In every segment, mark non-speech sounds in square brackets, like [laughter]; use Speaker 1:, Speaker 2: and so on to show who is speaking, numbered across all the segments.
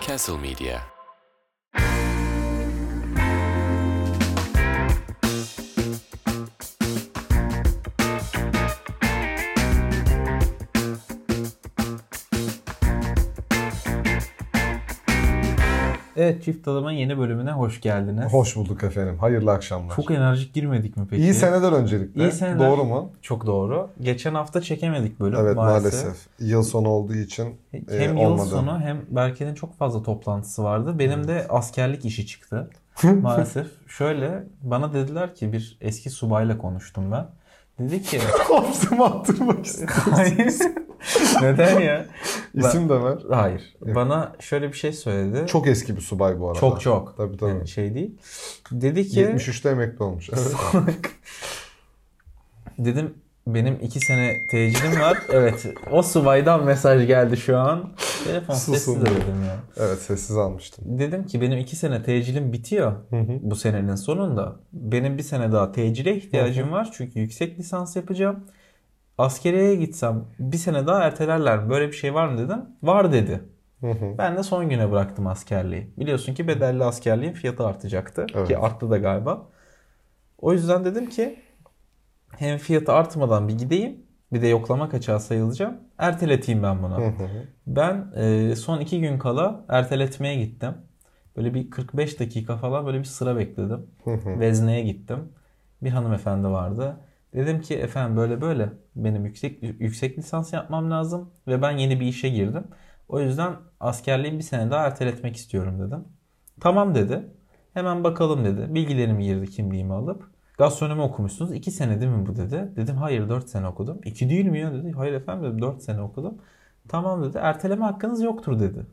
Speaker 1: Castle Media.
Speaker 2: Evet Çift Adam'ın yeni bölümüne hoş geldiniz.
Speaker 3: Hoş bulduk efendim. Hayırlı akşamlar.
Speaker 2: Çok enerjik girmedik mi peki?
Speaker 3: İyi seneler öncelikle.
Speaker 2: İyi seneler.
Speaker 3: Doğru mu?
Speaker 2: Çok doğru. Geçen hafta çekemedik bölüm
Speaker 3: Evet maalesef.
Speaker 2: maalesef.
Speaker 3: Yıl sonu olduğu için e,
Speaker 2: Hem yıl
Speaker 3: olmadı.
Speaker 2: sonu hem Berke'nin çok fazla toplantısı vardı. Benim de askerlik işi
Speaker 3: [laughs]
Speaker 2: çıktı maalesef. Şöyle bana dediler ki bir eski subayla konuştum ben. Dedi
Speaker 3: [laughs]
Speaker 2: ki
Speaker 3: Kopsum attırmak istedim.
Speaker 2: hayır [laughs] neden ya?
Speaker 3: [laughs] İsim de ver.
Speaker 2: Hayır. Bana şöyle bir şey söyledi.
Speaker 3: Çok eski bir subay bu arada.
Speaker 2: çok. çok.
Speaker 3: Tabii tabii.
Speaker 2: Yani şey değil. Dedi ki
Speaker 3: 73'te emekli olmuş. Evet.
Speaker 2: Dedim benim iki sene tecilim var. Evet o subaydan mesaj geldi şu an. Telefon
Speaker 3: Susun.
Speaker 2: sessiz de dedim ya.
Speaker 3: evet sessiz almıştım.
Speaker 2: Dedim ki benim iki sene tecilim bitiyor
Speaker 3: hı.
Speaker 2: bu senenin sonunda. Benim bir sene daha tecile ihtiyacım var. Çünkü yüksek lisans yapacağım. Askeriye gitsem bir sene daha ertelerler mi? Böyle bir şey var mı dedim. Var dedi.
Speaker 3: Hı hı.
Speaker 2: Ben de son güne bıraktım askerliği. Biliyorsun ki bedelli askerliğin fiyatı artacaktı.
Speaker 3: Evet.
Speaker 2: Ki arttı da galiba. O yüzden dedim ki hem fiyatı artmadan bir gideyim bir de yoklama kaçağı sayılacağım. Erteleteyim ben bunu.
Speaker 3: Hı hı.
Speaker 2: Ben e, son iki gün kala erteletmeye gittim. Böyle bir 45 dakika falan böyle bir sıra bekledim.
Speaker 3: Hı hı.
Speaker 2: Vezne'ye gittim. Bir hanımefendi vardı. Dedim ki efendim böyle böyle benim yüksek yüksek lisans yapmam lazım ve ben yeni bir işe girdim. O yüzden askerliği bir sene daha erteletmek istiyorum dedim. Tamam dedi. Hemen bakalım dedi. Bilgilerimi girdi kimliğimi alıp. Gastronomi okumuşsunuz. 2 sene değil mi bu dedi. Dedim hayır 4 sene okudum. 2 değil mi ya dedi. Hayır efendim dedim 4 sene okudum. Tamam dedi. Erteleme hakkınız yoktur dedi.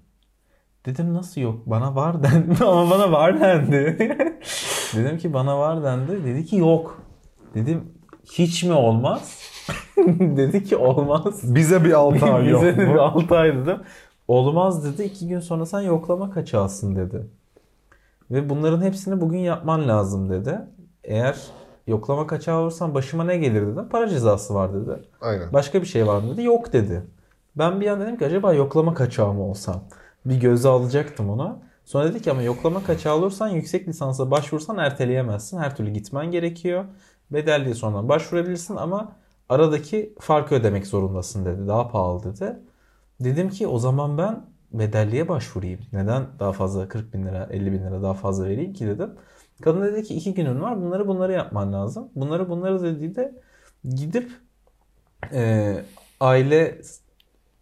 Speaker 2: Dedim nasıl yok? Bana var dendi [laughs] ama bana var dendi. [laughs] Dedim ki bana var dendi. Dedi ki yok. Dedim hiç mi olmaz? [laughs] dedi ki olmaz.
Speaker 3: Bize bir 6 ay
Speaker 2: [laughs]
Speaker 3: yok.
Speaker 2: Bize dedi
Speaker 3: mu?
Speaker 2: 6 ay dedim. Olmaz dedi. 2 gün sonra sen yoklama kaçağısın dedi. Ve bunların hepsini bugün yapman lazım dedi. Eğer yoklama kaçağı olursan başıma ne gelir dedim. Para cezası var dedi.
Speaker 3: Aynen.
Speaker 2: Başka bir şey var mı dedi. Yok dedi. Ben bir an dedim ki acaba yoklama kaçağı mı olsam? Bir göze alacaktım onu. Sonra dedi ki ama yoklama kaçağı olursan yüksek lisansa başvursan erteleyemezsin. Her türlü gitmen gerekiyor. Bedelliye sonra başvurabilirsin ama aradaki farkı ödemek zorundasın dedi. Daha pahalı dedi. Dedim ki o zaman ben bedelliye başvurayım. Neden daha fazla 40 bin lira 50 bin lira daha fazla vereyim ki dedim. Kadın dedi ki iki günün var bunları bunları yapman lazım. Bunları bunları dediği de gidip e, aile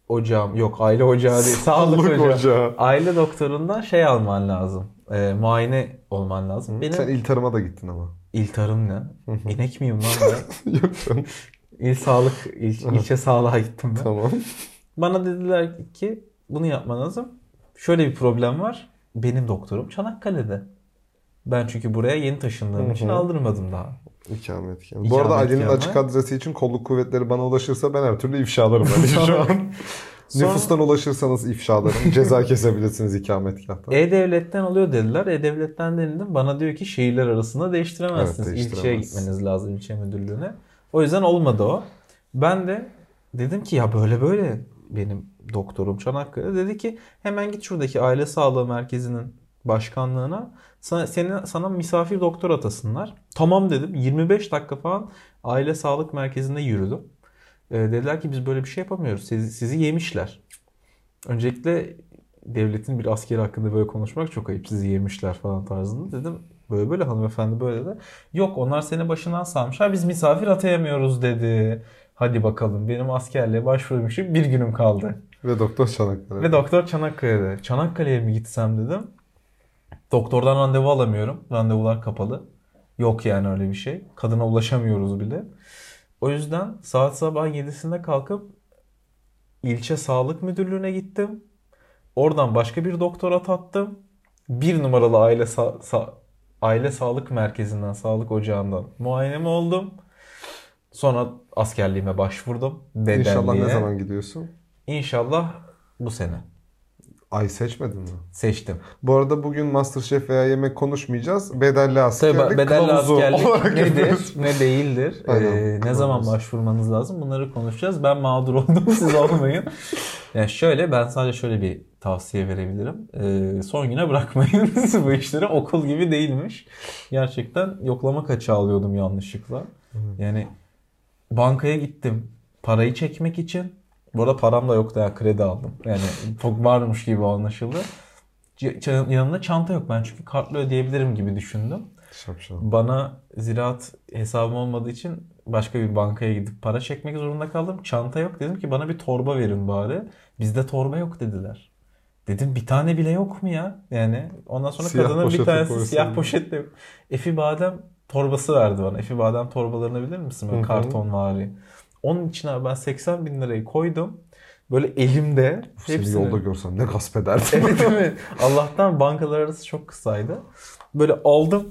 Speaker 2: ocağım yok aile ocağı
Speaker 3: [laughs]
Speaker 2: değil sağlık
Speaker 3: Sağlık
Speaker 2: ocağı.
Speaker 3: ocağı.
Speaker 2: Aile doktorundan şey alman lazım. E, muayene olman lazım. Benim
Speaker 3: Sen il tarıma da gittin ama.
Speaker 2: iltarım ne? İnek miyim lan ben?
Speaker 3: [laughs] yok canım.
Speaker 2: İl sağlık, il, ilçe sağlığa gittim ben.
Speaker 3: Tamam.
Speaker 2: Bana dediler ki bunu yapman lazım. Şöyle bir problem var. Benim doktorum Çanakkale'de. Ben çünkü buraya yeni taşındığım için aldırmadım daha.
Speaker 3: İkametgah. Bu
Speaker 2: İkametgah
Speaker 3: arada Ali'nin
Speaker 2: var.
Speaker 3: açık adresi için kolluk kuvvetleri bana ulaşırsa ben her türlü ifşalarım Ali'yi [laughs] şu an.
Speaker 2: Sonra-
Speaker 3: Nüfustan ulaşırsanız ifşalarım.
Speaker 2: [laughs]
Speaker 3: Ceza kesebilirsiniz ikametgahtan.
Speaker 2: E, E-Devlet'ten alıyor dediler. E-Devlet'ten denildim. Bana diyor ki şehirler arasında değiştiremezsiniz.
Speaker 3: Evet,
Speaker 2: İlçeye
Speaker 3: değiştiremezsin.
Speaker 2: gitmeniz lazım ilçe müdürlüğüne. O yüzden olmadı o. Ben de dedim ki ya böyle böyle benim doktorum Çanakkale dedi ki hemen git şuradaki aile sağlığı merkezinin başkanlığına sana, seni, sana misafir doktor atasınlar. Tamam dedim 25 dakika falan aile sağlık merkezinde yürüdüm. Ee, dediler ki biz böyle bir şey yapamıyoruz sizi, sizi yemişler. Öncelikle devletin bir askeri hakkında böyle konuşmak çok ayıp. Sizi yemişler falan tarzında. Dedim böyle böyle hanımefendi böyle de. Yok onlar seni başından salmışlar. Biz misafir atayamıyoruz dedi. Hadi bakalım benim askerliğe başvurmuşum bir günüm kaldı.
Speaker 3: Ve Doktor Çanakkale.
Speaker 2: Ve doktor Çanakkale'de. Çanakkale'ye mi gitsem dedim. Doktordan randevu alamıyorum. Randevular kapalı. Yok yani öyle bir şey. Kadına ulaşamıyoruz bile. O yüzden saat sabah 7'sinde kalkıp ilçe sağlık müdürlüğüne gittim. Oradan başka bir doktora tattım. Bir numaralı aile sa- sa- aile sağlık merkezinden, sağlık ocağından muayenemi oldum. Sonra askerliğime başvurdum.
Speaker 3: İnşallah ne
Speaker 2: Bedelliğe.
Speaker 3: zaman gidiyorsun?
Speaker 2: İnşallah bu sene.
Speaker 3: Ay seçmedin mi?
Speaker 2: Seçtim.
Speaker 3: Bu arada bugün Masterchef veya yemek konuşmayacağız. Bedelli
Speaker 2: Tabii
Speaker 3: askerlik
Speaker 2: bedelli
Speaker 3: kılavuzu
Speaker 2: askerlik
Speaker 3: olarak
Speaker 2: nedir,
Speaker 3: yapıyoruz.
Speaker 2: ne değildir,
Speaker 3: Aynen,
Speaker 2: ee, ne [laughs]
Speaker 3: kılavuz.
Speaker 2: zaman başvurmanız lazım bunları konuşacağız. Ben mağdur oldum, siz olmayın. Yani şöyle ben sadece şöyle bir tavsiye verebilirim. Ee, son güne bırakmayın [laughs] bu işleri. Okul gibi değilmiş. Gerçekten yoklama kaçağı alıyordum yanlışlıkla. Yani bankaya gittim parayı çekmek için. Bu arada param da yoktu ya kredi aldım. Yani çok varmış gibi anlaşıldı. C- ç- Yanımda çanta yok ben çünkü kartla ödeyebilirim gibi düşündüm.
Speaker 3: Şapşal.
Speaker 2: Bana ziraat hesabım olmadığı için başka bir bankaya gidip para çekmek zorunda kaldım. Çanta yok dedim ki bana bir torba verin bari. Bizde torba yok dediler. Dedim bir tane bile yok mu ya? Yani ondan sonra
Speaker 3: Siyah
Speaker 2: kadına bir
Speaker 3: poşete
Speaker 2: tanesi
Speaker 3: koysun.
Speaker 2: siyah poşetle yok. Efi Badem torbası verdi bana. Efi Badem torbalarını bilir misin? Böyle
Speaker 3: Hı hı.
Speaker 2: karton vari. Onun için abi ben 80 bin lirayı koydum. Böyle elimde
Speaker 3: Seni
Speaker 2: hepsini.
Speaker 3: yolda görsem ne
Speaker 2: [laughs]
Speaker 3: gasp ederdim.
Speaker 2: Evet değil mi? Allah'tan bankalar arası çok kısaydı. Böyle aldım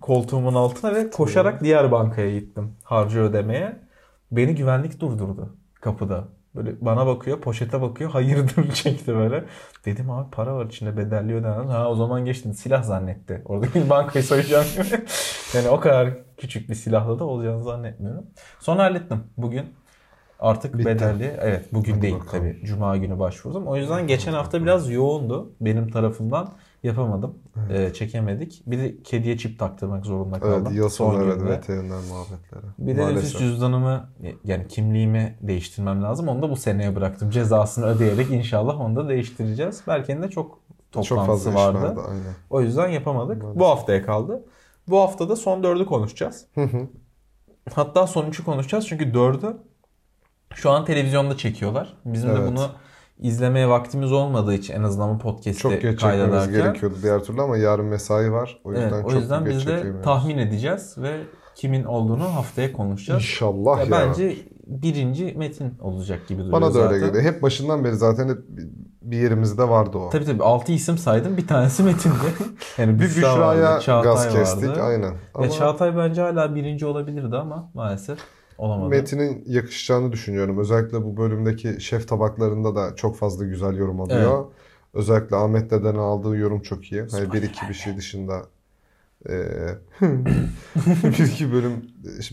Speaker 2: koltuğumun altına ve koşarak diğer bankaya gittim harcı ödemeye. Beni güvenlik durdurdu kapıda. Böyle bana bakıyor, poşete bakıyor. Hayırdır [laughs] çekti böyle. Dedim abi para var içinde bedelli ödenen. Ha o zaman geçtin. Silah zannetti. Orada bir bankayı soyacağım gibi. [laughs] yani o kadar küçük bir silahla da olacağını zannetmiyorum. Sonra hallettim. Bugün artık
Speaker 3: Bitti.
Speaker 2: bedelli. Evet bugün
Speaker 3: Hadi
Speaker 2: değil
Speaker 3: bakalım.
Speaker 2: tabii. Cuma günü başvurdum. O yüzden geçen hafta biraz yoğundu. Benim tarafımdan yapamadım. Ee, çekemedik. Bir de kediye çip taktırmak zorunda kaldım.
Speaker 3: evet yıl sonu
Speaker 2: Son
Speaker 3: evet
Speaker 2: günde.
Speaker 3: veteriner muhabbetleri.
Speaker 2: Bir de nüfus cüzdanımı yani kimliğimi değiştirmem lazım. Onu da bu seneye bıraktım. Cezasını ödeyerek inşallah onu da değiştireceğiz. Berke'nin de çok toplantısı
Speaker 3: Çok fazla iş
Speaker 2: vardı.
Speaker 3: vardı. Aynen.
Speaker 2: O yüzden yapamadık.
Speaker 3: Maalesef.
Speaker 2: Bu haftaya kaldı. Bu hafta da son dördü konuşacağız. Hatta son üçü konuşacağız çünkü dördü şu an televizyonda çekiyorlar. Bizim de
Speaker 3: Evet.
Speaker 2: bunu izlemeye vaktimiz olmadığı için en azından bu podcast'i
Speaker 3: Çok geç çekmemiz
Speaker 2: kaydederken.
Speaker 3: gerekiyordu diğer türlü ama yarın mesai var. O yüzden
Speaker 2: Evet, o
Speaker 3: çok
Speaker 2: yüzden
Speaker 3: geç
Speaker 2: biz de
Speaker 3: çekemiyoruz.
Speaker 2: tahmin edeceğiz ve kimin olduğunu haftaya konuşacağız.
Speaker 3: İnşallah
Speaker 2: Ya
Speaker 3: ya.
Speaker 2: bence birinci Metin olacak gibi duruyor
Speaker 3: Bana da öyle
Speaker 2: zaten.
Speaker 3: geliyor. Hep başından beri zaten hep bir yerimizde vardı o.
Speaker 2: Tabii tabii 6 isim saydım. Bir tanesi Metin'di.
Speaker 3: [laughs]
Speaker 2: yani
Speaker 3: Bir
Speaker 2: Büşra vardı,
Speaker 3: Büşra'ya
Speaker 2: Çağatay
Speaker 3: gaz kestik
Speaker 2: vardı.
Speaker 3: aynen.
Speaker 2: Ya
Speaker 3: Ama
Speaker 2: Çağatay bence hala birinci olabilirdi ama maalesef olamadı.
Speaker 3: Metin'in yakışacağını düşünüyorum. Özellikle bu bölümdeki şef tabaklarında da çok fazla güzel yorum alıyor. Özellikle Ahmet Dede'nin aldığı yorum çok iyi. Hani bir iki bir şey dışında eee, [laughs] bir iki bölüm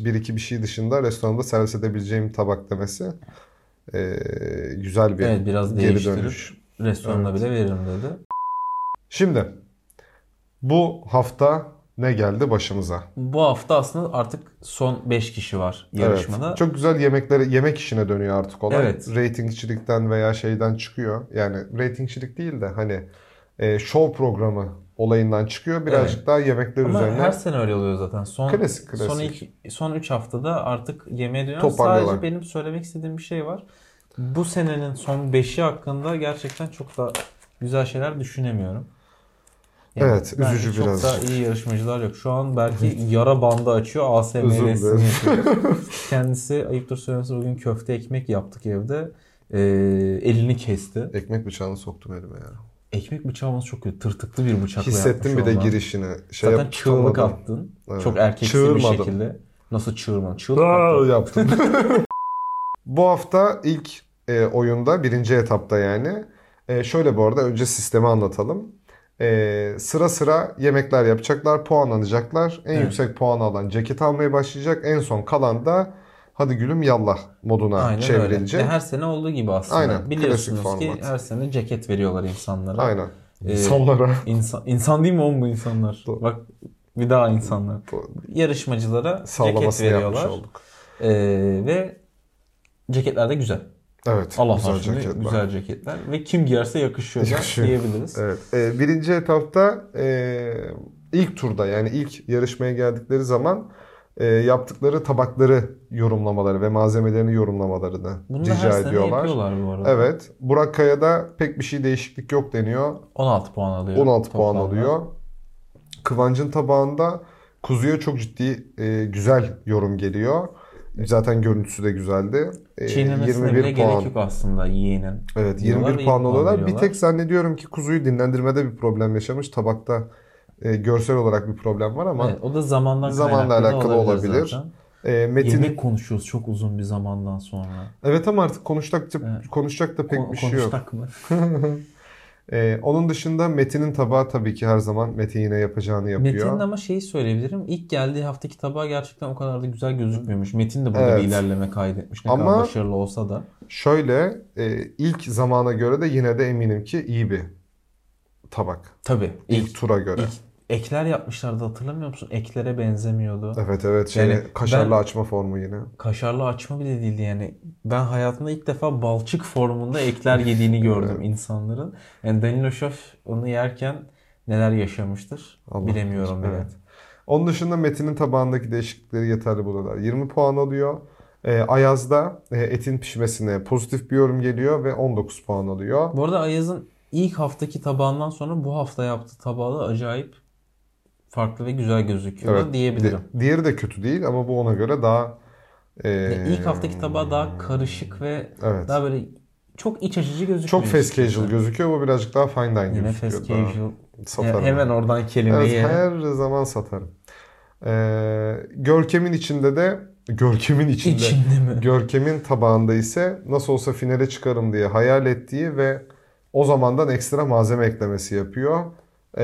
Speaker 3: bir iki bir şey dışında restoranda servis edebileceğim tabak demesi eee, güzel bir
Speaker 2: evet biraz
Speaker 3: geri
Speaker 2: değiştirip
Speaker 3: dönüş.
Speaker 2: restorana
Speaker 3: Evet.
Speaker 2: bile veririm dedi.
Speaker 3: Şimdi bu hafta ne geldi başımıza?
Speaker 2: Bu hafta aslında artık son 5 kişi var yarışmada.
Speaker 3: Evet. Çok güzel yemeklere yemek işine dönüyor artık olay.
Speaker 2: Evet.
Speaker 3: Ratingçilikten veya şeyden çıkıyor. Yani ratingçilik değil de hani e, show programı olayından çıkıyor. Birazcık daha yemekler
Speaker 2: Ama
Speaker 3: üzerine
Speaker 2: her sene öyle oluyor zaten. Son
Speaker 3: Klasik, klasik.
Speaker 2: son ilk son 3 haftada artık yemeğe dönüyoruz.
Speaker 3: Toparlıyorlar.
Speaker 2: Sadece benim söylemek istediğim bir şey var. Bu senenin son 5'i hakkında gerçekten çok da güzel şeyler düşünemiyorum.
Speaker 3: Evet,
Speaker 2: bence
Speaker 3: üzücü
Speaker 2: çok
Speaker 3: birazcık.
Speaker 2: da iyi yarışmacılar yok. Şu an belki yara bandı açıyor.
Speaker 3: Özür dilerim.
Speaker 2: ASMR'sini
Speaker 3: [laughs]
Speaker 2: Kendisi ayıptır söylemesi bugün köfte ekmek yaptık evde. Ee, elini kesti.
Speaker 3: ekmek bıçağını soktum elime ya.
Speaker 2: Ekmek bıçağımız çok kötü. Tırtıklı bir bıçakla
Speaker 3: Hissettim
Speaker 2: yapmış
Speaker 3: bir de
Speaker 2: ondan.
Speaker 3: girişini. Şey
Speaker 2: Zaten
Speaker 3: yap-
Speaker 2: çığlık
Speaker 3: tutamadım.
Speaker 2: attın.
Speaker 3: Evet.
Speaker 2: Çok erkeksi bir
Speaker 3: Çığırmadım.
Speaker 2: şekilde. Nasıl çığırmadın? Çığlık
Speaker 3: Aa,
Speaker 2: attın. [laughs]
Speaker 3: yaptım. Bu hafta ilk e, oyunda birinci etapta yani. E, şöyle bu arada önce sistemi anlatalım. E, sıra sıra yemekler yapacaklar, puanlanacaklar. En
Speaker 2: Evet.
Speaker 3: yüksek puan alan ceket almaya başlayacak. En son kalan da hadi gülüm yallah moduna
Speaker 2: Aynen
Speaker 3: çevrilecek.
Speaker 2: öyle. Ve her sene olduğu gibi aslında.
Speaker 3: Aynen,
Speaker 2: Biliyorsunuz
Speaker 3: klasik
Speaker 2: ki
Speaker 3: format.
Speaker 2: her sene ceket veriyorlar insanlara.
Speaker 3: Aynen.
Speaker 2: Ee,
Speaker 3: İnsanlara.
Speaker 2: İnsan, insan değil mi oğlum bu insanlar?
Speaker 3: Doğru.
Speaker 2: Bak bir daha insanlar.
Speaker 3: Bu
Speaker 2: Yarışmacılara ceket
Speaker 3: Sallamasını yapmış
Speaker 2: veriyorlar.
Speaker 3: olduk.
Speaker 2: Ee, ve ceketler de güzel.
Speaker 3: Evet.
Speaker 2: Allah
Speaker 3: güzel
Speaker 2: güzel ceketler.
Speaker 3: ceketler.
Speaker 2: güzel ceketler. Ve kim giyerse yakışıyor, da
Speaker 3: Yakışıyor.
Speaker 2: diyebiliriz.
Speaker 3: Evet. e, birinci etapta e, ilk turda yani ilk yarışmaya geldikleri zaman e, yaptıkları tabakları yorumlamaları ve malzemelerini yorumlamalarını
Speaker 2: Bunu da her
Speaker 3: rica
Speaker 2: sene
Speaker 3: ediyorlar.
Speaker 2: yapıyorlar bu arada.
Speaker 3: Evet. Burak Kaya'da pek bir şey değişiklik yok deniyor.
Speaker 2: 16 puan alıyor.
Speaker 3: 16 puan
Speaker 2: toplamda.
Speaker 3: alıyor. Kıvancın tabağında kuzuya çok ciddi e, güzel yorum geliyor. Zaten görüntüsü de güzeldi. E,
Speaker 2: Çiğnemesine bile
Speaker 3: 21 puan.
Speaker 2: gerek yok aslında yiyenin.
Speaker 3: Evet
Speaker 2: Yiyorlar
Speaker 3: 21
Speaker 2: ve
Speaker 3: puan
Speaker 2: yedi puan
Speaker 3: alıyorlar. Bir
Speaker 2: veriyorlar.
Speaker 3: tek zannediyorum ki kuzuyu dinlendirmede bir problem yaşamış. Tabakta e, görsel olarak bir problem var ama
Speaker 2: Evet, o da zamandan
Speaker 3: Zamanla
Speaker 2: kaynaklı da
Speaker 3: alakalı olabilir.
Speaker 2: zaten.
Speaker 3: e, Metin
Speaker 2: Yemek konuşuyoruz çok uzun bir zamandan sonra.
Speaker 3: evet ama artık konuşacak
Speaker 2: Evet.
Speaker 3: konuşacak da pek şey
Speaker 2: Ko-
Speaker 3: bir şey yok.
Speaker 2: konuştak mı?
Speaker 3: Ee, onun dışında Metin'in tabağı tabii ki her zaman Metin yine yapacağını yapıyor.
Speaker 2: Metin'in ama şeyi söyleyebilirim. İlk geldiği haftaki tabağı gerçekten o kadar da güzel gözükmüyormuş. Metin de burada
Speaker 3: Evet.
Speaker 2: bir ilerleme kaydetmiş. Ne
Speaker 3: Ama-
Speaker 2: kadar başarılı olsa da.
Speaker 3: Şöyle e, ilk zamana göre de yine de eminim ki iyi bir tabak.
Speaker 2: Tabii.
Speaker 3: İlk,
Speaker 2: İlk,
Speaker 3: tura göre.
Speaker 2: ilk ekler yapmışlardı hatırlamıyor musun? Eklere benzemiyordu.
Speaker 3: Evet evet şey
Speaker 2: Yani
Speaker 3: kaşarlı
Speaker 2: ben-
Speaker 3: açma formu yine.
Speaker 2: Kaşarlı açma bile değildi yani. Ben hayatımda ilk defa balçık formunda ekler
Speaker 3: [laughs]
Speaker 2: yediğini gördüm insanların. Yani Danilo Şof onu yerken neler yaşamıştır
Speaker 3: Allah
Speaker 2: bilemiyorum bile.
Speaker 3: Evet. Onun dışında Metin'in tabağındaki değişiklikleri yeterli buluyorlar. 20 puan alıyor. E, Ayaz'da e, etin pişmesine pozitif bir yorum geliyor ve 19 puan alıyor.
Speaker 2: Bu arada Ayaz'ın ilk haftaki tabağından sonra bu hafta yaptığı tabağı da acayip farklı ve güzel gözüküyor
Speaker 3: Evet,
Speaker 2: diyebilirim.
Speaker 3: Di- diğeri de kötü değil ama bu ona göre daha e,
Speaker 2: Ya ilk haftaki tabağı daha karışık ve
Speaker 3: Evet.
Speaker 2: daha böyle çok iç açıcı gözükmüyor.
Speaker 3: Çok fast
Speaker 2: açıkçası.
Speaker 3: casual gözüküyor. Bu birazcık daha fine dining
Speaker 2: Yine
Speaker 3: gözüküyor.
Speaker 2: fast
Speaker 3: Daha
Speaker 2: casual.
Speaker 3: satarım.
Speaker 2: Ya hemen oradan
Speaker 3: Evet,
Speaker 2: kelimeyi.
Speaker 3: her zaman satarım. Ee, Görkem'in içinde de Görkem'in içinde
Speaker 2: İçinde mi?
Speaker 3: Görkem'in tabağında ise nasıl olsa finale çıkarım diye hayal ettiği ve o zamandan ekstra malzeme eklemesi yapıyor. Ee,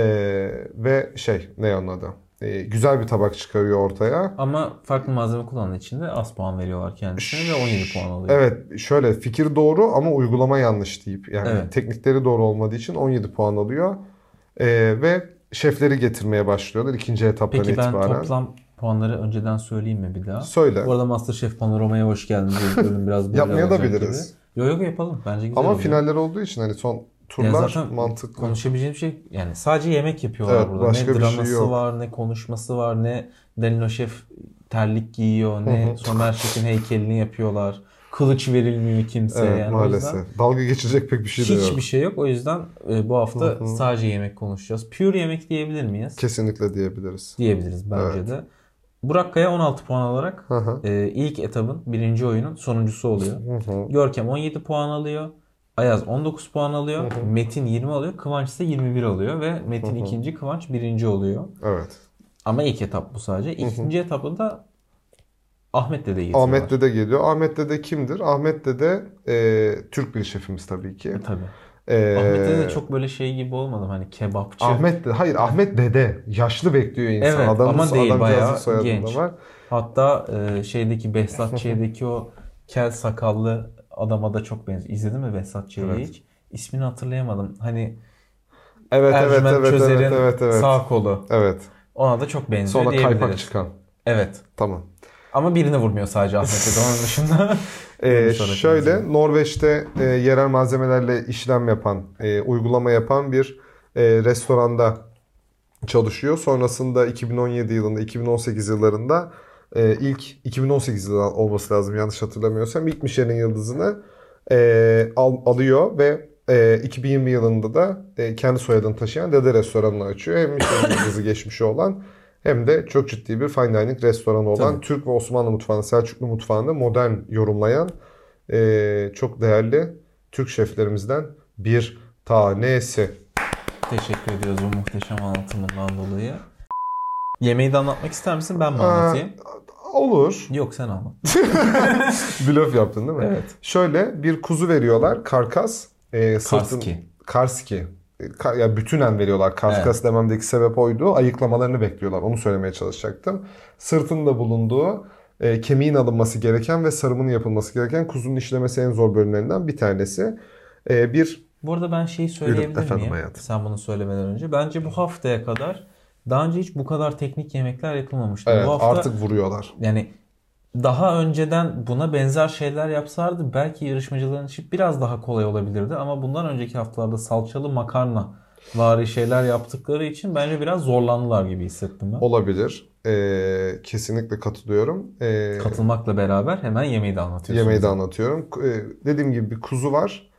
Speaker 3: ve şey ne onun adı? Ee, güzel bir tabak çıkarıyor ortaya.
Speaker 2: Ama farklı malzeme kullandığı için de az puan veriyorlar kendisine ve 17 puan alıyor.
Speaker 3: Evet şöyle fikir doğru ama uygulama yanlış deyip yani
Speaker 2: Evet.
Speaker 3: teknikleri doğru olmadığı için 17 puan alıyor. Ee, ve şefleri getirmeye başlıyorlar ikinci etaptan
Speaker 2: Peki ben
Speaker 3: itibaren.
Speaker 2: toplam puanları önceden söyleyeyim mi bir daha?
Speaker 3: Söyle.
Speaker 2: Bu arada Masterchef Panorama'ya hoş geldiniz. Bölüm biraz böyle
Speaker 3: Yapmaya da
Speaker 2: olacak
Speaker 3: biliriz.
Speaker 2: Gibi. Yok yok yapalım. Bence güzel
Speaker 3: Ama
Speaker 2: olacak.
Speaker 3: finaller olduğu için hani son
Speaker 2: Yani
Speaker 3: turlar
Speaker 2: zaten
Speaker 3: mantıklı.
Speaker 2: Konuşabileceğim şey yani sadece yemek yapıyorlar
Speaker 3: Evet,
Speaker 2: burada.
Speaker 3: başka bir
Speaker 2: ne
Speaker 3: şey
Speaker 2: draması
Speaker 3: yok.
Speaker 2: var, ne konuşması var, ne Danilo Şef terlik giyiyor, ne Somer Şef'in heykelini yapıyorlar. Kılıç verilmiyor kimseye.
Speaker 3: Evet,
Speaker 2: yani o yüzden
Speaker 3: maalesef. Dalga geçecek pek bir şey de yok.
Speaker 2: Hiçbir şey yok. O yüzden e, bu hafta
Speaker 3: Hı hı.
Speaker 2: sadece yemek konuşacağız. Pure yemek diyebilir miyiz?
Speaker 3: Kesinlikle diyebiliriz.
Speaker 2: Diyebiliriz bence
Speaker 3: Evet.
Speaker 2: de. Burak Kaya 16 puan alarak
Speaker 3: Hı hı.
Speaker 2: e, ilk etabın birinci oyunun sonuncusu oluyor.
Speaker 3: Hı hı.
Speaker 2: Görkem 17 puan alıyor. Ayaz 19 puan alıyor.
Speaker 3: Hı hı.
Speaker 2: Metin 20 alıyor. Kıvanç ise 21 alıyor ve Metin
Speaker 3: Hı hı.
Speaker 2: ikinci, Kıvanç birinci oluyor.
Speaker 3: Evet.
Speaker 2: Ama ilk etap bu sadece. İkinci etapında Ahmet'le de getiriyorlar.
Speaker 3: Ahmet Dede geliyor. Ahmet Dede kimdir? Ahmet Dede e, Türk bir şefimiz tabii ki.
Speaker 2: Tabii.
Speaker 3: E,
Speaker 2: Ahmet'le de çok böyle şey gibi olmadım hani kebapçı.
Speaker 3: Ahmet Dede, hayır Ahmet Dede. Yaşlı bekliyor insan.
Speaker 2: Evet,
Speaker 3: Adamın-
Speaker 2: ama değil,
Speaker 3: adamcağızın
Speaker 2: bayağı
Speaker 3: soyadında
Speaker 2: genç.
Speaker 3: var.
Speaker 2: Hatta e, şeydeki Behzat Ç'deki o kel sakallı adama da çok benziyor. İzledin mi Behzat Ç'yi
Speaker 3: Evet.
Speaker 2: hiç? İsmini hatırlayamadım. Hani
Speaker 3: Evet, evet,
Speaker 2: Ercüment
Speaker 3: evet,
Speaker 2: Çözer'in
Speaker 3: evet, evet, evet.
Speaker 2: sağ kolu.
Speaker 3: Evet.
Speaker 2: Ona da çok benziyor
Speaker 3: Sonra
Speaker 2: diyebiliriz.
Speaker 3: kaypak çıkan.
Speaker 2: Evet.
Speaker 3: Tamam.
Speaker 2: Ama birini vurmuyor sadece Ahmet
Speaker 3: [laughs]
Speaker 2: Dede. Onun dışında
Speaker 3: Ee,
Speaker 2: Bir sonraki
Speaker 3: şöyle
Speaker 2: malzeme.
Speaker 3: Norveç'te e, yerel malzemelerle işlem yapan, e, uygulama yapan bir e, restoranda çalışıyor. Sonrasında 2017 yılında, 2018 yıllarında e, ilk 2018 yılı olması lazım yanlış hatırlamıyorsam ilk Michelin yıldızını e, al- alıyor ve e, 2020 yılında da e, kendi soyadını taşıyan Dede restoranını açıyor. Hem Michelin yıldızı geçmişi olan hem de çok ciddi bir fine dining restoranı olan
Speaker 2: Tabii.
Speaker 3: Türk ve Osmanlı mutfağını, Selçuklu mutfağını modern yorumlayan e, çok değerli Türk şeflerimizden bir tanesi.
Speaker 2: teşekkür ediyoruz bu muhteşem anlatımından dolayı. Yemeği de anlatmak ister misin? Ben mi
Speaker 3: Aa.
Speaker 2: anlatayım?
Speaker 3: Olur.
Speaker 2: Yok sen anlat.
Speaker 3: Blöf yaptın değil mi?
Speaker 2: Evet.
Speaker 3: Şöyle bir kuzu veriyorlar. Karkas. E, sırtın-
Speaker 2: Karski.
Speaker 3: Karski. E, ka- ya bütünen veriyorlar. Karkas dememdeki sebep oydu. Ayıklamalarını bekliyorlar. Onu söylemeye çalışacaktım. Sırtında bulunduğu e, kemiğin alınması gereken ve sarımının yapılması gereken kuzunun işlemesi en zor bölümlerinden bir tanesi. E, bir
Speaker 2: Bu arada ben şeyi söyleyebilir
Speaker 3: efendim
Speaker 2: miyim?
Speaker 3: hayatım.
Speaker 2: Sen bunu söylemeden önce. Bence bu haftaya kadar daha önce hiç bu kadar teknik yemekler yapılmamıştı.
Speaker 3: evet,
Speaker 2: bu hafta
Speaker 3: artık vuruyorlar.
Speaker 2: yani daha önceden buna benzer şeyler yapsardı belki yarışmacıların için biraz daha kolay olabilirdi ama bundan önceki haftalarda salçalı makarna vari şeyler yaptıkları için bence biraz zorlandılar gibi hissettim ben.
Speaker 3: Olabilir. E, kesinlikle katılıyorum. E,
Speaker 2: Katılmakla beraber hemen yemeği de anlatıyorsunuz.
Speaker 3: Yemeği de anlatıyorum. Ee, Dediğim gibi bir kuzu var.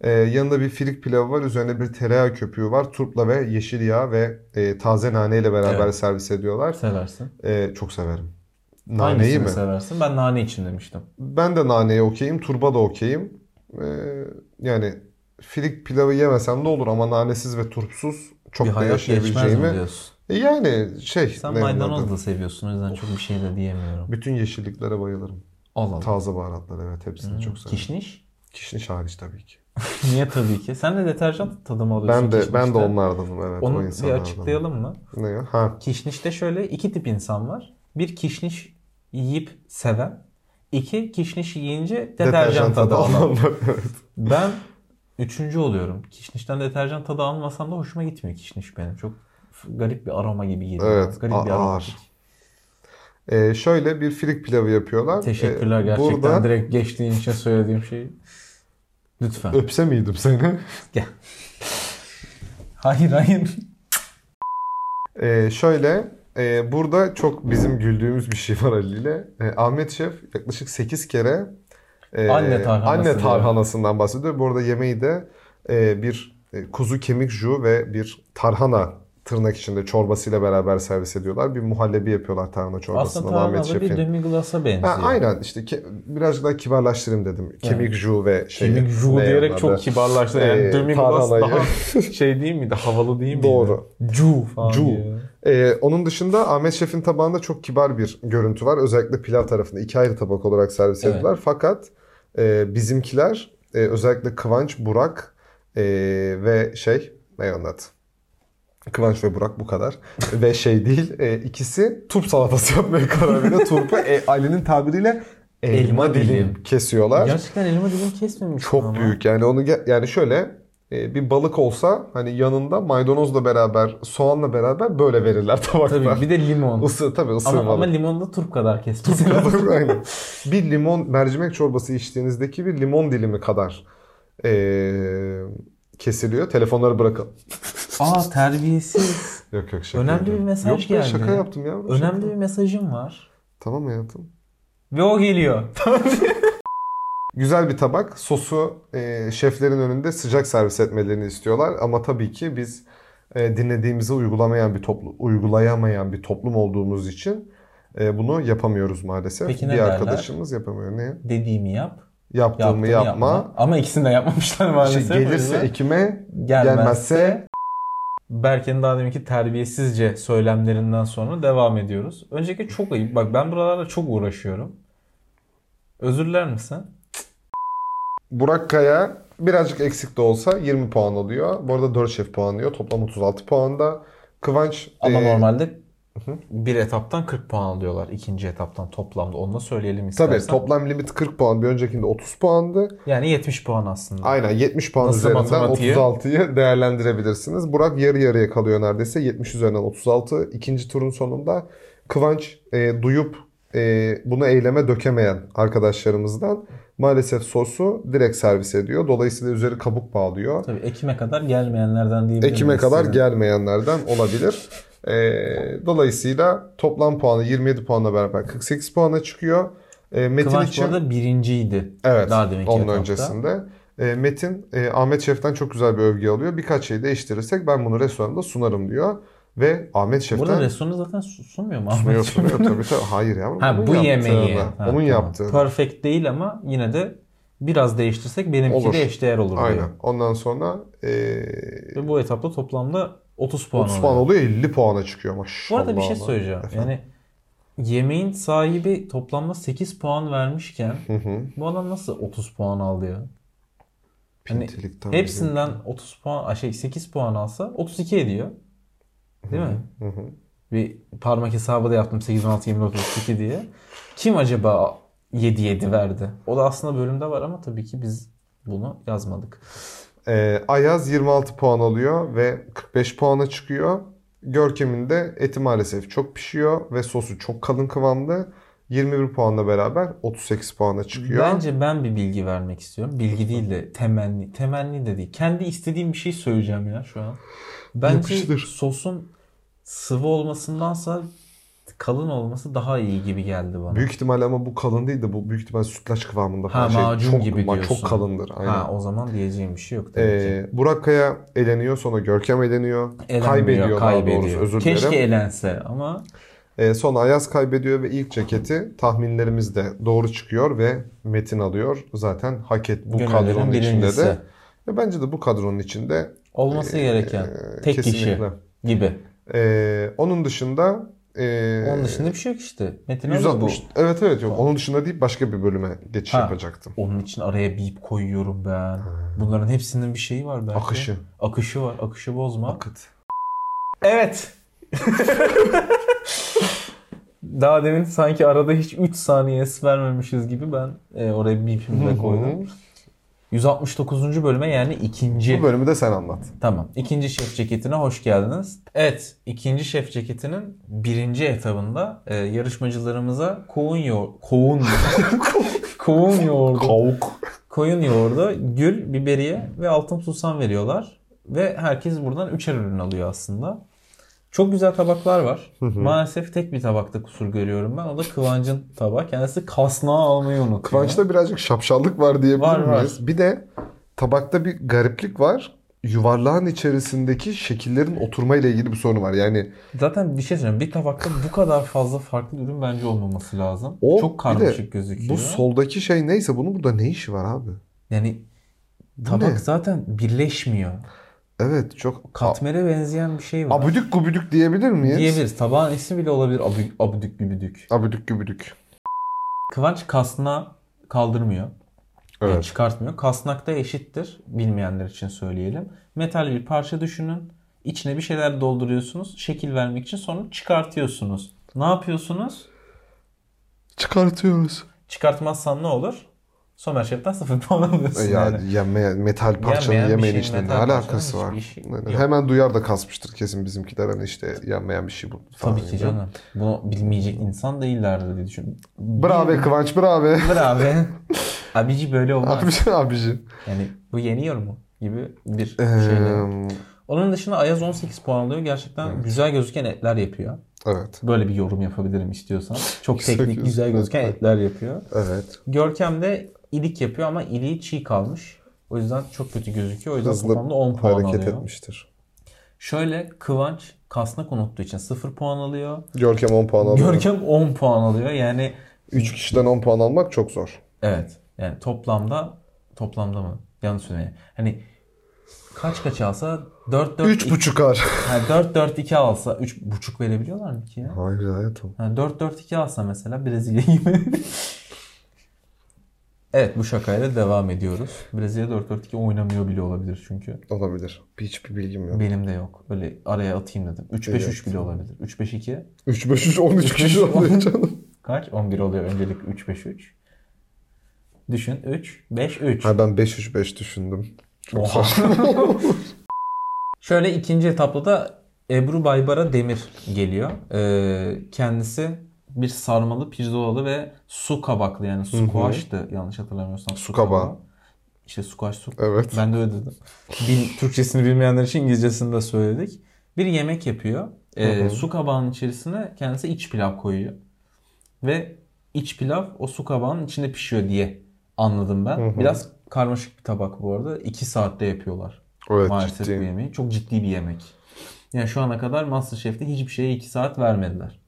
Speaker 3: Ee, yanında bir filik pilavı var. Üzerine bir tereyağı köpüğü var. Turpla ve yeşil yağ ve e, taze naneyle beraber
Speaker 2: Evet.
Speaker 3: servis ediyorlar.
Speaker 2: seversin.
Speaker 3: Ee, çok severim. Naneyi
Speaker 2: Hangisini
Speaker 3: mi?
Speaker 2: seversin? Ben nane için demiştim.
Speaker 3: Ben de naneye okeyim. Turba da okeyim. Ee, yani filik pilavı yemesem de olur ama nanesiz ve turpsuz çok
Speaker 2: bir
Speaker 3: da
Speaker 2: hayat geçmez mi
Speaker 3: yaşayabileceğimi.
Speaker 2: diyorsun?
Speaker 3: E, Yani şey
Speaker 2: Sen
Speaker 3: ne bunun
Speaker 2: maydanoz
Speaker 3: adı?
Speaker 2: da seviyorsun o yüzden çok bir şey de diyemiyorum.
Speaker 3: Bütün yeşilliklere bayılırım.
Speaker 2: Allah Allah.
Speaker 3: Taze baharatlar evet hepsini çok severim.
Speaker 2: Kişniş?
Speaker 3: Kişniş hariç tabii ki.
Speaker 2: Niye tabii ki? Sen de deterjan tadımı alıyorsun.
Speaker 3: Ben de ben de
Speaker 2: kişnişte.
Speaker 3: onlardanım evet. o
Speaker 2: Onu bir
Speaker 3: insanlardanım.
Speaker 2: açıklayalım mı?
Speaker 3: Ne ya? Ha.
Speaker 2: Kişnişte şöyle iki tip insan var. Bir kişniş yiyip seven. iki kişniş yiyince deterjan tadı alan.
Speaker 3: [laughs] evet.
Speaker 2: [laughs] Ben üçüncü oluyorum. Kişnişten deterjan tadı almasam da hoşuma gitmiyor kişniş benim. Çok f- garip bir aroma gibi geliyor.
Speaker 3: Evet,
Speaker 2: Garip bir
Speaker 3: a-
Speaker 2: aroma.
Speaker 3: ağır. Ee, şöyle bir filik pilavı yapıyorlar.
Speaker 2: Teşekkürler
Speaker 3: Ee,
Speaker 2: gerçekten
Speaker 3: Burada
Speaker 2: direkt geçtiğin için söylediğim şeyi. Lütfen.
Speaker 3: öpse miydim seni? [laughs]
Speaker 2: Hayır hayır.
Speaker 3: Ee, şöyle e, burada çok bizim güldüğümüz bir şey var Ali ile. Ee, Ahmet Şef yaklaşık 8 kere e,
Speaker 2: Anne tarhanası
Speaker 3: anne
Speaker 2: diyor.
Speaker 3: tarhanasından bahsediyor. Bu arada yemeği de e, bir e, kuzu kemik jü ve bir tarhana tırnak içinde çorbasıyla beraber servis ediyorlar. Bir muhallebi yapıyorlar tarhana
Speaker 2: Aslında
Speaker 3: çorbasından Ahmet
Speaker 2: tarhanalı bir
Speaker 3: Şef'in.
Speaker 2: demi glace'a benziyor.
Speaker 3: Ha, aynen işte ke- birazcık daha kibarlaştırayım dedim. Kemik jü ve şey.
Speaker 2: Kemik juu
Speaker 3: ne
Speaker 2: diyerek
Speaker 3: onlar
Speaker 2: çok
Speaker 3: da?
Speaker 2: kibarlaştı. Yani
Speaker 3: Ee,
Speaker 2: demi glace
Speaker 3: tarhanayı.
Speaker 2: daha
Speaker 3: [laughs]
Speaker 2: şey değil miydi? Havalı değil miydi?
Speaker 3: Doğru.
Speaker 2: Cu falan
Speaker 3: Cu.
Speaker 2: diyor.
Speaker 3: Ee, onun dışında Ahmet Şef'in tabağında çok kibar bir görüntü var. Özellikle pilav tarafında iki ayrı tabak olarak servis
Speaker 2: Evet.
Speaker 3: ediyorlar. Fakat e, bizimkiler e, özellikle Kıvanç, Burak e, ve şey ne anladı? Kıvanç ve Burak bu kadar. ve şey değil e, ikisi turp salatası yapmaya karar [laughs] veriyor. Turpu e, Ali'nin tabiriyle elma,
Speaker 2: Elma
Speaker 3: dilim,
Speaker 2: dilim.
Speaker 3: kesiyorlar.
Speaker 2: Gerçekten elime dilim kesmemiş.
Speaker 3: Çok
Speaker 2: ama.
Speaker 3: büyük yani onu ge- yani şöyle e, bir balık olsa hani yanında maydanozla beraber soğanla beraber böyle verirler [laughs] tabakta.
Speaker 2: Tabii bir de limon.
Speaker 3: Isı, tabii
Speaker 2: ama, ama
Speaker 3: ısırmalı.
Speaker 2: limonda turp kadar kesmesi lazım.
Speaker 3: [laughs] Aynen. Bir limon mercimek çorbası içtiğinizdeki bir limon dilimi kadar e, kesiliyor. Telefonları bırakın.
Speaker 2: [laughs] Aa terbiyesiz.
Speaker 3: Yok yok şaka.
Speaker 2: Önemli
Speaker 3: yapıyorum.
Speaker 2: bir mesaj
Speaker 3: Yok ya, şaka
Speaker 2: geldi.
Speaker 3: yaptım ya.
Speaker 2: Önemli bir mesajım var.
Speaker 3: Tamam hayatım.
Speaker 2: Ve o geliyor.
Speaker 3: Güzel bir tabak. Sosu e, şeflerin önünde sıcak servis etmelerini istiyorlar. Ama tabii ki biz e, dinlediğimizi uygulamayan bir toplu, uygulayamayan bir toplum olduğumuz için e, bunu yapamıyoruz maalesef.
Speaker 2: Peki
Speaker 3: bir
Speaker 2: ne derler?
Speaker 3: arkadaşımız yapamıyor. Ne?
Speaker 2: Dediğimi yap.
Speaker 3: Yaptığımı
Speaker 2: Yaptığımı
Speaker 3: yapma.
Speaker 2: yapma. Ama ikisini de yapmamışlar
Speaker 3: Şey,
Speaker 2: maalesef. O
Speaker 3: gelirse
Speaker 2: yüzden-
Speaker 3: ekime,
Speaker 2: Gelmezse-
Speaker 3: gelmezse,
Speaker 2: Berke'nin daha deminki terbiyesizce söylemlerinden sonra devam ediyoruz. Önceki çok ayıp. Bak ben buralarda çok uğraşıyorum. Özür diler misin?
Speaker 3: Burak Kaya birazcık eksik de olsa 20 puan alıyor. Bu arada 4 şef puan alıyor. Toplam 36 puanda. Kıvanç
Speaker 2: Ama
Speaker 3: e,
Speaker 2: normalde
Speaker 3: hı.
Speaker 2: bir etaptan 40 puan alıyorlar. ikinci etaptan toplamda. Onu da söyleyelim
Speaker 3: tabii
Speaker 2: istersen.
Speaker 3: toplam limit 40 puan. Bir öncekinde 30 puandı.
Speaker 2: Yani 70 puan aslında.
Speaker 3: Aynen 70 puan
Speaker 2: Nasıl
Speaker 3: üzerinden
Speaker 2: matematiği?
Speaker 3: 36'yı değerlendirebilirsiniz. Burak yarı yarıya kalıyor neredeyse. 70 üzerinden 36. İkinci turun sonunda Kıvanç e, duyup e, bunu eyleme dökemeyen arkadaşlarımızdan maalesef sosu direkt servis ediyor. Dolayısıyla üzeri kabuk bağlıyor.
Speaker 2: Tabii Ekim'e kadar gelmeyenlerden diyebilirim.
Speaker 3: Ekim'e
Speaker 2: biz
Speaker 3: kadar
Speaker 2: size.
Speaker 3: gelmeyenlerden olabilir. Ee, dolayısıyla toplam puanı 27 puanla beraber 48 puana çıkıyor. Ee, Metin
Speaker 2: Kıvanç
Speaker 3: için
Speaker 2: bu arada birinciydi.
Speaker 3: evet
Speaker 2: daha deminki
Speaker 3: onun
Speaker 2: etapta.
Speaker 3: öncesinde. Ee, Metin e, Ahmet Şef'ten çok güzel bir övgü alıyor. Birkaç şey değiştirirsek ben bunu restoranda sunarım diyor ve Ahmet
Speaker 2: Burada
Speaker 3: Şef'ten
Speaker 2: restoranı zaten su- sunmuyor mu?
Speaker 3: sunuyor
Speaker 2: Ahmet?
Speaker 3: sunuyor tabii tabii. Hayır
Speaker 2: [laughs]
Speaker 3: yavrum.
Speaker 2: Ha
Speaker 3: onun
Speaker 2: bu
Speaker 3: yaptığını,
Speaker 2: yemeği. Ha,
Speaker 3: onun
Speaker 2: tamam.
Speaker 3: yaptığını.
Speaker 2: Perfect değil ama yine de biraz değiştirsek benimki
Speaker 3: Olur.
Speaker 2: de eşdeğer olur
Speaker 3: Aynen.
Speaker 2: diyor.
Speaker 3: Ondan sonra e,
Speaker 2: Ve bu etapta toplamda 30 puan
Speaker 3: 30
Speaker 2: oluyor.
Speaker 3: puan oluyor 50 puana çıkıyor
Speaker 2: Bu
Speaker 3: maşallah.
Speaker 2: arada bir şey söyleyeceğim. Yani yemeğin sahibi toplamda 8 puan vermişken
Speaker 3: Hı hı.
Speaker 2: bu adam nasıl 30 puan aldı ya? Hani
Speaker 3: Pintilikten
Speaker 2: Hepsinden 30 puan, ay şey 8 puan alsa 32 ediyor. Değil mi?
Speaker 3: Hı hı.
Speaker 2: Bir parmak hesabı da yaptım 8, 16, 24, 32 diye. Kim acaba 7, 7 verdi? O da aslında bölümde var ama tabii ki biz bunu yazmadık.
Speaker 3: Ee, Ayaz 26 puan alıyor ve 45 puana çıkıyor. Görkem'in de eti maalesef çok pişiyor ve sosu çok kalın kıvamlı. 21 puanla beraber 38 puana çıkıyor.
Speaker 2: Bence ben bir bilgi vermek istiyorum. Bilgi değil de temenni. Temenni de değil. Kendi istediğim bir şey söyleyeceğim ya şu an. Bence
Speaker 3: Yapıştır.
Speaker 2: sosun sıvı olmasındansa kalın olması daha iyi gibi geldi bana.
Speaker 3: Büyük ihtimalle ama bu kalın değil de bu büyük ihtimal sütlaç kıvamında falan
Speaker 2: Ha,
Speaker 3: şey.
Speaker 2: macun
Speaker 3: çok,
Speaker 2: gibi
Speaker 3: ma-
Speaker 2: diyorsun.
Speaker 3: Çok kalındır. Aynen.
Speaker 2: Ha o zaman diyeceğim bir şey yok tabii ki.
Speaker 3: Ee, Burak Kaya eleniyor sonra Görkem eleniyor.
Speaker 2: Elenmiyor,
Speaker 3: kaybediyor, daha doğrusu
Speaker 2: kaybediyor.
Speaker 3: özür dilerim.
Speaker 2: Keşke elense ama
Speaker 3: Ee, sonra Ayaz kaybediyor ve ilk ceketi tahminlerimiz de doğru çıkıyor ve Metin alıyor. Zaten hak et bu
Speaker 2: gönüllerin
Speaker 3: kadronun içinde
Speaker 2: birincisi.
Speaker 3: de. Ve bence de bu kadronun içinde
Speaker 2: Olması gereken
Speaker 3: e,
Speaker 2: tek kişi
Speaker 3: kesinlikle.
Speaker 2: gibi.
Speaker 3: Ee, onun dışında e,
Speaker 2: Onun dışında bir şey yok işte. Metin Öz bu.
Speaker 3: 160. Evet evet yok. Onun dışında değil başka bir bölüme geçiş
Speaker 2: Ha.
Speaker 3: yapacaktım.
Speaker 2: Onun için araya bip koyuyorum ben. Bunların hepsinin bir şeyi var belki.
Speaker 3: Akışı.
Speaker 2: Akışı var. Akışı bozma.
Speaker 3: Akıt.
Speaker 2: Evet. [laughs] Daha demin sanki arada hiç 3 saniye es vermemişiz gibi ben e, oraya bipimi de koydum. 169. bölüme yani ikinci.
Speaker 3: Bu bölümü de sen anlat.
Speaker 2: Tamam. İkinci şef ceketine hoş geldiniz. Evet. ikinci şef ceketinin birinci etabında e, yarışmacılarımıza koğun yoğur... Koğun... koğun yoğurdu.
Speaker 3: Kavuk.
Speaker 2: Koyun yoğurdu, gül, biberiye ve altın susam veriyorlar. Ve herkes buradan üçer ürün alıyor aslında. Çok güzel tabaklar var. Maalesef tek bir tabakta kusur görüyorum ben. O da Kıvanç'ın tabağı. Kendisi kasnağı almayı unutuyor.
Speaker 3: Kıvanç'ta birazcık şapşallık var diyebilir
Speaker 2: Var, var.
Speaker 3: miyiz? Bir de tabakta bir gariplik var. Yuvarlağın içerisindeki şekillerin oturma ile ilgili bir sorun var. Yani
Speaker 2: Zaten bir şey söyleyeyim. Bir tabakta bu kadar fazla farklı ürün bence olmaması lazım.
Speaker 3: O,
Speaker 2: Çok
Speaker 3: bir de
Speaker 2: karmaşık gözüküyor.
Speaker 3: bu soldaki şey neyse bunun burada ne işi var abi?
Speaker 2: Yani tabak
Speaker 3: ne?
Speaker 2: zaten birleşmiyor.
Speaker 3: Evet çok
Speaker 2: Katmere benzeyen bir şey
Speaker 3: A-
Speaker 2: var.
Speaker 3: abüdük gubüdük diyebilir miyiz?
Speaker 2: Diyebiliriz. Tabağın ismi bile olabilir. Abü, abüdük gübüdük.
Speaker 3: Abüdük gubüdük.
Speaker 2: Kıvanç kasna kaldırmıyor. Yani
Speaker 3: Evet.
Speaker 2: çıkartmıyor. Kasnak da eşittir. Bilmeyenler için söyleyelim. Metal bir parça düşünün. İçine bir şeyler dolduruyorsunuz. Şekil vermek için sonra çıkartıyorsunuz. Ne yapıyorsunuz?
Speaker 3: Çıkartıyoruz.
Speaker 2: Çıkartmazsan ne olur? Somer Şef'ten sıfır puan alıyorsun.
Speaker 3: [laughs] E, Ya,
Speaker 2: yani.
Speaker 3: yenme- metal parçanın
Speaker 2: Yenmeyen bir
Speaker 3: yemeğin
Speaker 2: şeyin
Speaker 3: içinde ne
Speaker 2: metal parçanın
Speaker 3: alakası var?
Speaker 2: hiçbir şey
Speaker 3: Yani
Speaker 2: yok.
Speaker 3: hemen duyar da kasmıştır kesin bizimkiler hani işte yenmeyen bir şey bu. falan
Speaker 2: Tabii ki
Speaker 3: gibi.
Speaker 2: canım. Bunu bilmeyecek insan değillerdi diye düşünüyorum.
Speaker 3: Bravo be
Speaker 2: [laughs]
Speaker 3: Kıvanç bravo. [laughs]
Speaker 2: abi. Abici böyle olmaz.
Speaker 3: Abici abici.
Speaker 2: Yani bu yeniyor mu? Gibi bir şeyle.
Speaker 3: şey- Eee,
Speaker 2: Onun dışında Ayaz 18 puan alıyor. Gerçekten güzel gözüken etler yapıyor.
Speaker 3: evet.
Speaker 2: Böyle bir yorum yapabilirim istiyorsan. Çok
Speaker 3: Güzel
Speaker 2: teknik, güzel
Speaker 3: gözüken
Speaker 2: gözüken
Speaker 3: etler.
Speaker 2: etler yapıyor.
Speaker 3: Evet.
Speaker 2: Görkem de ilik yapıyor ama iliği çiğ kalmış. O yüzden çok kötü gözüküyor. O yüzden
Speaker 3: Hızlı
Speaker 2: toplamda 10 puan
Speaker 3: Hareket
Speaker 2: alıyor.
Speaker 3: etmiştir.
Speaker 2: Şöyle Kıvanç kasnak unuttuğu için 0 puan alıyor.
Speaker 3: Görkem 10 puan alıyor.
Speaker 2: Görkem 10 puan alıyor. Yani
Speaker 3: 3 kişiden 10 puan almak çok zor.
Speaker 2: evet. Yani toplamda toplamda mı? Yanlış söyleyeyim. Hani kaç kaç alsa 4 4 2,
Speaker 3: 3,5 ar.
Speaker 2: yani 4 4 2 alsa 3,5 verebiliyorlar mı ki ya?
Speaker 3: Hayır hayatım.
Speaker 2: Yani 4-4-2 alsa mesela Brezilya [laughs] gibi. evet bu şakayla devam ediyoruz. Brezilya 4-4-2 oynamıyor bile olabilir çünkü.
Speaker 3: Olabilir. Hiçbir bilgim yok.
Speaker 2: Benim de yok. Öyle araya atayım dedim. 3-5-3 bile olabilir. 3-5-2
Speaker 3: 3, 5, 3, 13 kişi
Speaker 2: [laughs]
Speaker 3: oluyor canım.
Speaker 2: kaç? 11 oluyor öncelik 3-5-3. Düşün 3-5-3.
Speaker 3: Ha ben 5, 3, 5 düşündüm. [laughs]
Speaker 2: Oha. Şöyle ikinci etapta da Ebru Baybara Demir geliyor. Ee, kendisi bir sarmalı, pirzolalı ve su kabaklı yani squash'tı yanlış hatırlamıyorsam. Su
Speaker 3: kabağı.
Speaker 2: İşte squash su.
Speaker 3: Evet.
Speaker 2: Ben de öyle dedim. Bil, Türkçesini bilmeyenler için İngilizcesini de söyledik. Bir yemek yapıyor. Ee, su kabağının içerisine kendisi iç pilav koyuyor. Ve iç pilav o su kabağının içinde pişiyor diye anladım ben. Biraz karmaşık bir tabak bu arada. 2 saatte yapıyorlar
Speaker 3: Evet
Speaker 2: maalesef bu
Speaker 3: ciddi.
Speaker 2: yemeği. Çok ciddi bir yemek. Yani şu ana kadar Masterchef'te hiçbir şeye 2 saat vermediler.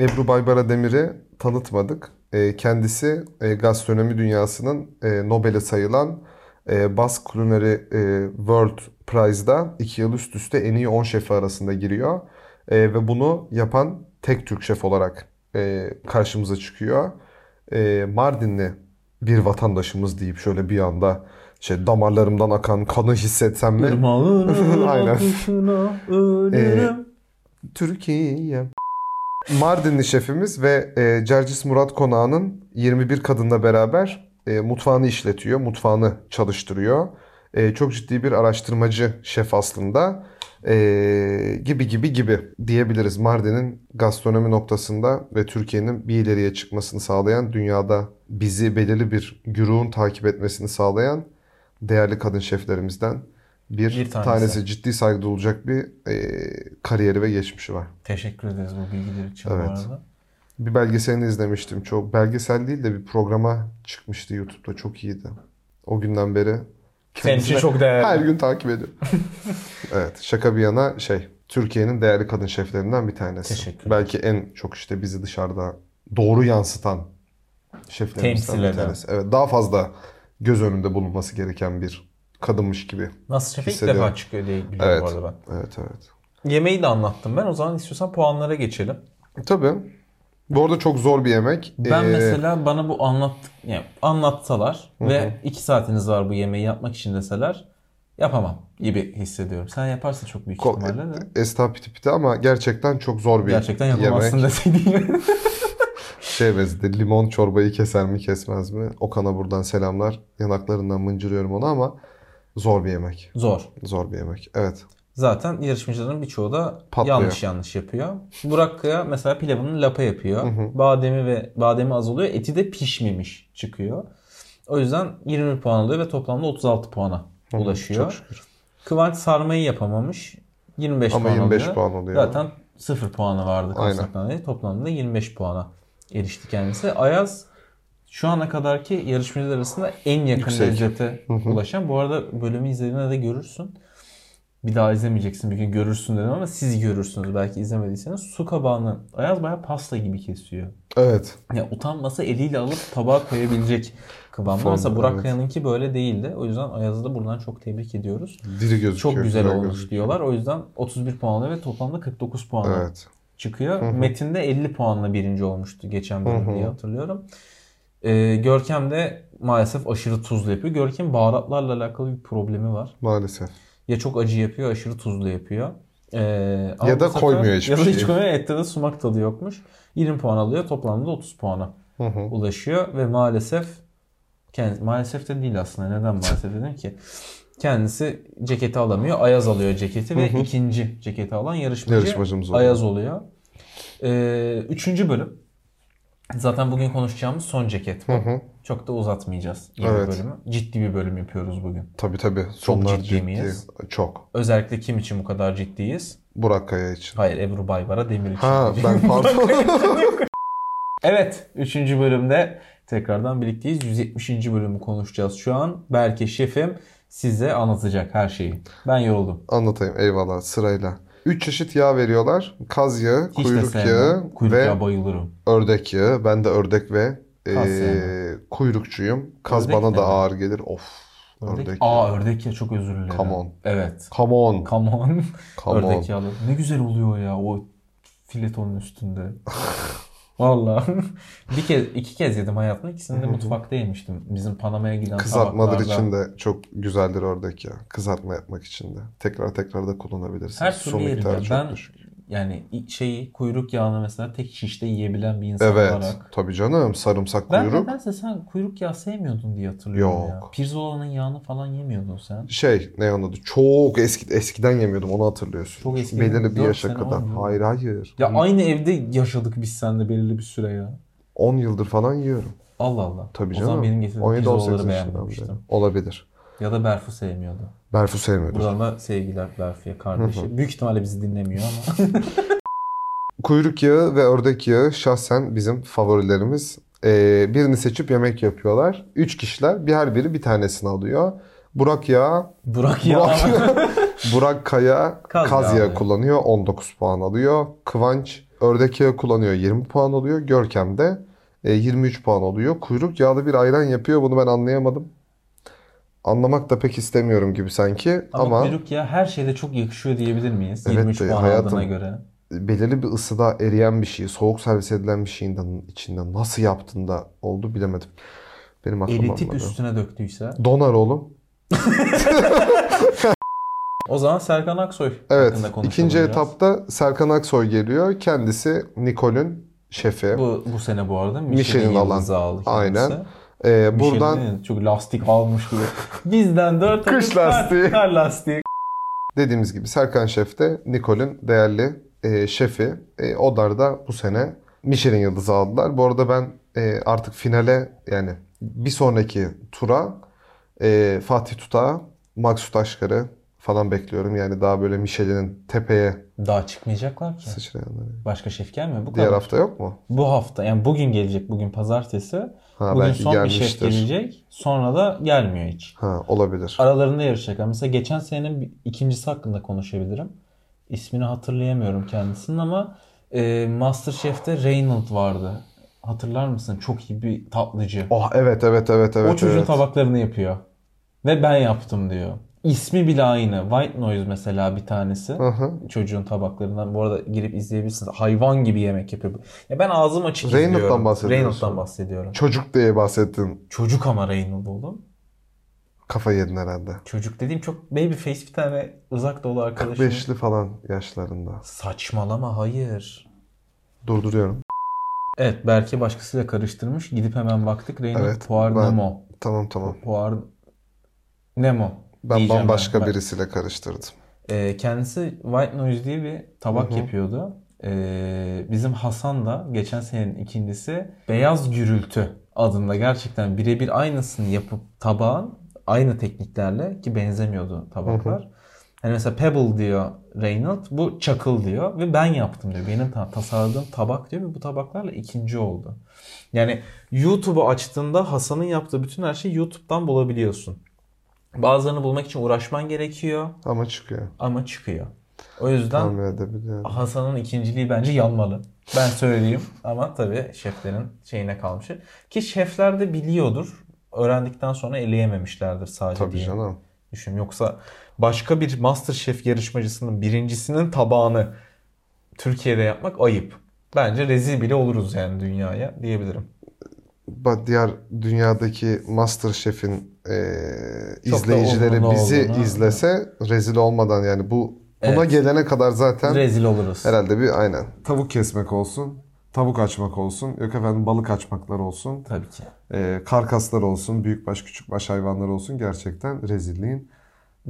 Speaker 3: Ebru Baybara Demir'i tanıtmadık. E, kendisi e, gastronomi dünyasının e, Nobel'e sayılan e, Bas Culinary e, World Prize'da 2 yıl üst üste en iyi 10 şefi arasında giriyor. E, ve bunu yapan tek Türk şef olarak e, karşımıza çıkıyor. E, Mardinli bir vatandaşımız deyip şöyle bir anda şey damarlarımdan akan kanı hissetsem mi?
Speaker 2: Irmağın
Speaker 3: [laughs] Aynen. Ee,
Speaker 2: akışına ölürüm.
Speaker 3: Türkiye. Mardinli şefimiz ve e, Cercis Murat Konağı'nın 21 kadınla beraber e, mutfağını işletiyor, mutfağını çalıştırıyor. E, çok ciddi bir araştırmacı şef aslında. E, gibi gibi gibi diyebiliriz. Mardin'in gastronomi noktasında ve Türkiye'nin bir ileriye çıkmasını sağlayan, dünyada bizi belirli bir güruhun takip etmesini sağlayan değerli kadın şeflerimizden bir,
Speaker 2: Bir tanesi.
Speaker 3: tanesi ciddi saygı duyulacak bir e, kariyeri ve geçmişi var.
Speaker 2: Teşekkür ederiz bu bilgiler için bu
Speaker 3: Evet.
Speaker 2: arada.
Speaker 3: Bir belgeselini izlemiştim. Çok belgesel değil de bir programa çıkmıştı YouTube'da. Çok iyiydi. O günden beri
Speaker 2: Senin için
Speaker 3: kendisine
Speaker 2: çok değerli.
Speaker 3: her gün
Speaker 2: [laughs]
Speaker 3: takip ediyorum. evet, şaka bir yana şey, Türkiye'nin değerli kadın şeflerinden bir tanesi.
Speaker 2: Teşekkür
Speaker 3: Belki en çok işte bizi dışarıda doğru yansıtan şeflerimizden bir
Speaker 2: Temsil eden.
Speaker 3: tanesi. Evet, daha fazla göz önünde bulunması gereken bir kadınmış gibi.
Speaker 2: Nasıl şef ilk
Speaker 3: Hissediyorum.
Speaker 2: defa çıkıyor diye biliyorum
Speaker 3: Evet.
Speaker 2: bu arada ben.
Speaker 3: Evet, evet.
Speaker 2: Yemeği de anlattım ben. O zaman istiyorsan puanlara geçelim.
Speaker 3: Tabii. Bu arada çok zor bir yemek.
Speaker 2: Ben
Speaker 3: Ee,
Speaker 2: mesela bana bu anlat yani anlatsalar ve 2 saatiniz var bu yemeği yapmak için deseler yapamam gibi hissediyorum. Sen yaparsın çok büyük
Speaker 3: Ko-
Speaker 2: ihtimalle de.
Speaker 3: Esnaf piti piti ama gerçekten çok zor bir
Speaker 2: Gerçekten
Speaker 3: yemek.
Speaker 2: yapamazsın [laughs] deseydin.
Speaker 3: Şey benzedi, limon çorbayı keser mi kesmez mi? Okan'a buradan selamlar. Yanaklarından mıncırıyorum onu ama zor bir yemek.
Speaker 2: Zor.
Speaker 3: Zor bir yemek. Evet.
Speaker 2: Zaten yarışmacıların birçoğu da
Speaker 3: Patlıyor.
Speaker 2: yanlış yanlış yapıyor. Burak Kaya mesela pilavını lapa yapıyor. Bademi ve bademi az oluyor. Eti de pişmemiş çıkıyor. O yüzden 20 puan alıyor ve toplamda 36 puana ulaşıyor.
Speaker 3: Çok şükür.
Speaker 2: Kıvanç sarmayı yapamamış. 25
Speaker 3: Ama
Speaker 2: puan
Speaker 3: 25
Speaker 2: alıyor.
Speaker 3: puan oluyor.
Speaker 2: Zaten 0 puanı vardı
Speaker 3: Aynen.
Speaker 2: Konstantin'de. Toplamda 25 puana erişti kendisi. Ayaz şu ana kadarki yarışmacılar arasında en yakın
Speaker 3: Yüksek.
Speaker 2: derecete ulaşan. Bu arada bölümü izlediğinde de görürsün. Bir daha izlemeyeceksin bir gün görürsün dedim ama siz görürsünüz belki izlemediyseniz. Su kabağını Ayaz bayağı pasta gibi kesiyor.
Speaker 3: Evet.
Speaker 2: Ya utanmasa eliyle alıp tabağa koyabilecek kıvamda.
Speaker 3: Form,
Speaker 2: Mesela Burak
Speaker 3: evet.
Speaker 2: Kaya'nınki böyle değildi. O yüzden Ayaz'ı da buradan çok tebrik ediyoruz.
Speaker 3: Diri gözüküyor.
Speaker 2: Çok güzel
Speaker 3: güzel
Speaker 2: olmuş
Speaker 3: gözüküyor.
Speaker 2: diyorlar. O yüzden 31 puanla ve toplamda 49 puanla
Speaker 3: Evet.
Speaker 2: çıkıyor. Metin de 50 puanla birinci olmuştu geçen bölüm diye hatırlıyorum. Ee, Görkem de maalesef aşırı tuzlu yapıyor. Görkem baharatlarla alakalı bir problemi var.
Speaker 3: Maalesef.
Speaker 2: Ya çok acı yapıyor, aşırı tuzlu yapıyor. Ee, ama
Speaker 3: Ya
Speaker 2: bu
Speaker 3: da
Speaker 2: sefer-
Speaker 3: koymuyor hiçbir şey.
Speaker 2: Ya da hiç
Speaker 3: şeyi.
Speaker 2: koymuyor. Ette de sumak tadı yokmuş. 20 puan alıyor. Toplamda 30 puana ulaşıyor ve maalesef kendisi, maalesef de değil aslında. Neden maalesef dedim ki? Kendisi ceketi alamıyor. Ayaz alıyor ceketi ve ikinci ceketi alan yarışmacı
Speaker 3: Yarışmacımız oluyor.
Speaker 2: Ayaz oluyor. Ee, üçüncü bölüm. Zaten bugün konuşacağımız son ceket bu. Çok da uzatmayacağız yeni
Speaker 3: Evet.
Speaker 2: bölümü. Ciddi bir bölüm yapıyoruz bugün.
Speaker 3: Tabii tabii. Sonlar
Speaker 2: ciddi miyiz?
Speaker 3: Çok.
Speaker 2: Özellikle kim için bu kadar ciddiyiz?
Speaker 3: Burak Kaya için.
Speaker 2: Hayır Ebru Baybara Demir için.
Speaker 3: Ha
Speaker 2: [laughs]
Speaker 3: ben pardon.
Speaker 2: Evet 3. bölümde tekrardan birlikteyiz. 170. bölümü konuşacağız şu an. Berke şefim size anlatacak her şeyi. Ben yoruldum.
Speaker 3: Anlatayım eyvallah sırayla. Üç çeşit yağ veriyorlar. Kaz yağı,
Speaker 2: Hiç de
Speaker 3: kuyruk
Speaker 2: sevmem.
Speaker 3: yağı
Speaker 2: Kuyruk
Speaker 3: ve
Speaker 2: yağı bayılırım.
Speaker 3: ördek yağı. Ben de ördek ve
Speaker 2: Kaz
Speaker 3: eee,
Speaker 2: sevmem.
Speaker 3: kuyrukçuyum. Kaz
Speaker 2: Ördek
Speaker 3: bana
Speaker 2: ne
Speaker 3: da
Speaker 2: be?
Speaker 3: ağır gelir. Of.
Speaker 2: Ördek.
Speaker 3: Ördek. yağı.
Speaker 2: Aa ördek ya çok özür dilerim.
Speaker 3: Come on.
Speaker 2: Evet.
Speaker 3: Come on.
Speaker 2: Come on.
Speaker 3: Come on.
Speaker 2: ördek yağlı. Ne güzel oluyor ya o filetonun
Speaker 3: [laughs]
Speaker 2: üstünde. Valla. bir kez, iki kez yedim hayatımda. İkisini de mutfakta yemiştim. Bizim Panama'ya giden
Speaker 3: Kızartmalar
Speaker 2: tabaklarda.
Speaker 3: için de çok güzeldir ördek yağı. Kızartma yapmak için de. Tekrar tekrar da kullanabilirsiniz.
Speaker 2: Her türlü
Speaker 3: Su
Speaker 2: yerim
Speaker 3: miktarı
Speaker 2: ya.
Speaker 3: çok
Speaker 2: Ben
Speaker 3: düşük.
Speaker 2: yani şeyi kuyruk yağını mesela tek şişte yiyebilen bir insan
Speaker 3: Evet.
Speaker 2: olarak.
Speaker 3: Tabii canım. Sarımsak
Speaker 2: Ben
Speaker 3: kuyruk.
Speaker 2: nedense sen kuyruk yağı sevmiyordun diye hatırlıyorum ya.
Speaker 3: Yok.
Speaker 2: Pirzolanın yağını falan yemiyordun sen.
Speaker 3: Şey ne anladı? Çok eski eskiden yemiyordum onu hatırlıyorsun.
Speaker 2: Çok eski
Speaker 3: Belirli bir
Speaker 2: dört
Speaker 3: yaşa
Speaker 2: sene
Speaker 3: kadar.
Speaker 2: olmuyor mu?
Speaker 3: Hayır hayır.
Speaker 2: Ya aynı evde yaşadık biz seninle belirli bir süre ya.
Speaker 3: 10 yıldır falan yiyorum.
Speaker 2: Allah Allah.
Speaker 3: Tabii
Speaker 2: o
Speaker 3: canım.
Speaker 2: zaman benim getirdiğim
Speaker 3: 17 18
Speaker 2: pirzolaları
Speaker 3: yaşından beri.
Speaker 2: beğenmemiştim.
Speaker 3: Olabilir.
Speaker 2: Ya da Berfu sevmiyordu.
Speaker 3: Berfu sevmiyordur.
Speaker 2: Buradan da sevgiler Berfu'ya kardeşi. Büyük ihtimalle bizi dinlemiyor ama. [laughs]
Speaker 3: Kuyruk yağı ve ördek yağı şahsen bizim favorilerimiz. Ee, birini seçip yemek yapıyorlar. 3 kişiler bir her biri bir tanesini alıyor. Burak yağı
Speaker 2: Burak
Speaker 3: Burak, [laughs]
Speaker 2: ya.
Speaker 3: Burak Kaya
Speaker 2: Kaz
Speaker 3: Kaz,
Speaker 2: yağı.
Speaker 3: yağı kullanıyor 19 puan alıyor. Kıvanç Ördek yağı kullanıyor 20 puan alıyor. Görkem de e, 23 puan oluyor. Kuyruk yağlı bir ayran yapıyor bunu ben anlayamadım. Anlamak da pek istemiyorum gibi sanki
Speaker 2: Ama,
Speaker 3: [laughs] ama,
Speaker 2: kuyruk ya her şeyde çok yakışıyor diyebilir miyiz?
Speaker 3: Evet
Speaker 2: 23
Speaker 3: de
Speaker 2: puan
Speaker 3: hayatım.
Speaker 2: aldığına göre.
Speaker 3: belirli bir ısıda eriyen bir şeyi, soğuk servis edilen bir şeyin de- içinde nasıl yaptın da oldu bilemedim. Benim aklım
Speaker 2: Eritip
Speaker 3: almadı.
Speaker 2: üstüne döktüyse.
Speaker 3: Donar oğlum.
Speaker 2: O zaman Serkan Aksoy
Speaker 3: Evet.
Speaker 2: hakkında konuşalım
Speaker 3: İkinci
Speaker 2: biraz.
Speaker 3: etapta Serkan Aksoy geliyor. Kendisi Nikol'ün şefi.
Speaker 2: Bu, bu sene bu arada Michelin,
Speaker 3: Michelin alan.
Speaker 2: yıldızı aldı kendisi.
Speaker 3: Aynen. Ee,
Speaker 2: şey
Speaker 3: buradan
Speaker 2: Michelin'in çok lastik almış gibi. Bizden 4
Speaker 3: Kış lastiği.
Speaker 2: Kar lastiği.
Speaker 3: Dediğimiz gibi Serkan Şef de Nikol'ün değerli e, şefi. E, onlar da bu sene Michelin yıldızı aldılar. Bu arada ben e, artık finale yani bir sonraki tura e, Fatih Tuta, Maksut Aşkar'ı falan bekliyorum. Yani daha böyle Michelin'in tepeye
Speaker 2: Daha çıkmayacaklar ki.
Speaker 3: sıçrayanları.
Speaker 2: Başka şef gelmiyor bu
Speaker 3: Diğer
Speaker 2: kadar.
Speaker 3: hafta yok mu?
Speaker 2: Bu hafta yani bugün gelecek bugün pazartesi.
Speaker 3: Ha,
Speaker 2: bugün
Speaker 3: belki
Speaker 2: son bir şey şef
Speaker 3: gelmiştir.
Speaker 2: gelecek. Sonra da gelmiyor hiç.
Speaker 3: Ha olabilir.
Speaker 2: Aralarında yarışacaklar. Mesela geçen senenin bir- ikincisi hakkında konuşabilirim. İsmini hatırlayamıyorum kendisinin ama e, Masterchef'te Reynolds vardı. Hatırlar mısın? Çok iyi bir tatlıcı.
Speaker 3: Oh evet evet evet evet.
Speaker 2: o çocuğun
Speaker 3: evet.
Speaker 2: tabaklarını yapıyor. Ve ben yaptım diyor. ismi bile aynı. White Noise mesela bir tanesi.
Speaker 3: Aha.
Speaker 2: Çocuğun tabaklarından. Bu arada girip izleyebilirsiniz. Hayvan gibi yemek yapıyor. Ya ben ağzım açık
Speaker 3: Reynolds'tan
Speaker 2: izliyorum.
Speaker 3: bahsediyorsun.
Speaker 2: Reynolds'tan bahsediyorum.
Speaker 3: Çocuk diye bahsettin.
Speaker 2: Çocuk ama Reynolds oğlum.
Speaker 3: Kafa yedin herhalde.
Speaker 2: Çocuk dediğim çok baby face bir tane uzak doğulu arkadaşım.
Speaker 3: 45'li falan yaşlarında.
Speaker 2: Saçmalama hayır.
Speaker 3: Durduruyorum.
Speaker 2: Evet belki başkasıyla karıştırmış. Gidip hemen baktık. Reynolds
Speaker 3: Evet,
Speaker 2: Poir
Speaker 3: ben-
Speaker 2: Nemo.
Speaker 3: Tamam tamam.
Speaker 2: Poir Nemo.
Speaker 3: Ben
Speaker 2: diyeceğim
Speaker 3: bambaşka
Speaker 2: ben. Ben-
Speaker 3: birisiyle karıştırdım.
Speaker 2: Ee, kendisi White Noise diye bir tabak
Speaker 3: Hı hı.
Speaker 2: yapıyordu. Ee, bizim Hasan da geçen senenin ikincisi Beyaz Gürültü adında gerçekten birebir aynısını yapıp tabağın aynı tekniklerle ki benzemiyordu tabaklar. Hani mesela Pebble diyor Reynolds, bu Chuckle diyor ve ben yaptım diyor. Benim ta- tasarladığım tabak diyor ve bu tabaklarla ikinci oldu. Yani YouTube'u açtığında Hasan'ın yaptığı bütün her şeyi YouTube'dan bulabiliyorsun. Bazılarını bulmak için uğraşman gerekiyor
Speaker 3: Ama çıkıyor.
Speaker 2: ama çıkıyor. O yüzden
Speaker 3: Tahmin edebiliyorum.
Speaker 2: Hasan'ın ikinciliği bence yanmalı. Ben söyleyeyim ama tabii şeflerin şeyine kalmış. Ki şefler de biliyordur. Öğrendikten sonra eleyememişlerdir sadece
Speaker 3: Tabii
Speaker 2: diye
Speaker 3: canım.
Speaker 2: düşün. Yoksa başka bir MasterChef yarışmacısının birincisinin tabağını Türkiye'de yapmak ayıp. Bence rezil bile oluruz yani dünyaya diyebilirim.
Speaker 3: Ba- Diğer dünyadaki MasterChef'in eee
Speaker 2: Çok da
Speaker 3: izleyicileri
Speaker 2: umurunda
Speaker 3: bizi
Speaker 2: olduğunu-
Speaker 3: izlese rezil olmadan yani bu buna
Speaker 2: Evet.
Speaker 3: gelene kadar zaten
Speaker 2: Rezil oluruz.
Speaker 3: herhalde bir aynen. Tavuk kesmek olsun, tavuk açmak olsun, yok efendim balık açmaklar olsun,
Speaker 2: Tabii ki.
Speaker 3: eee, karkaslar olsun, büyükbaş küçükbaş hayvanlar olsun gerçekten rezilliğin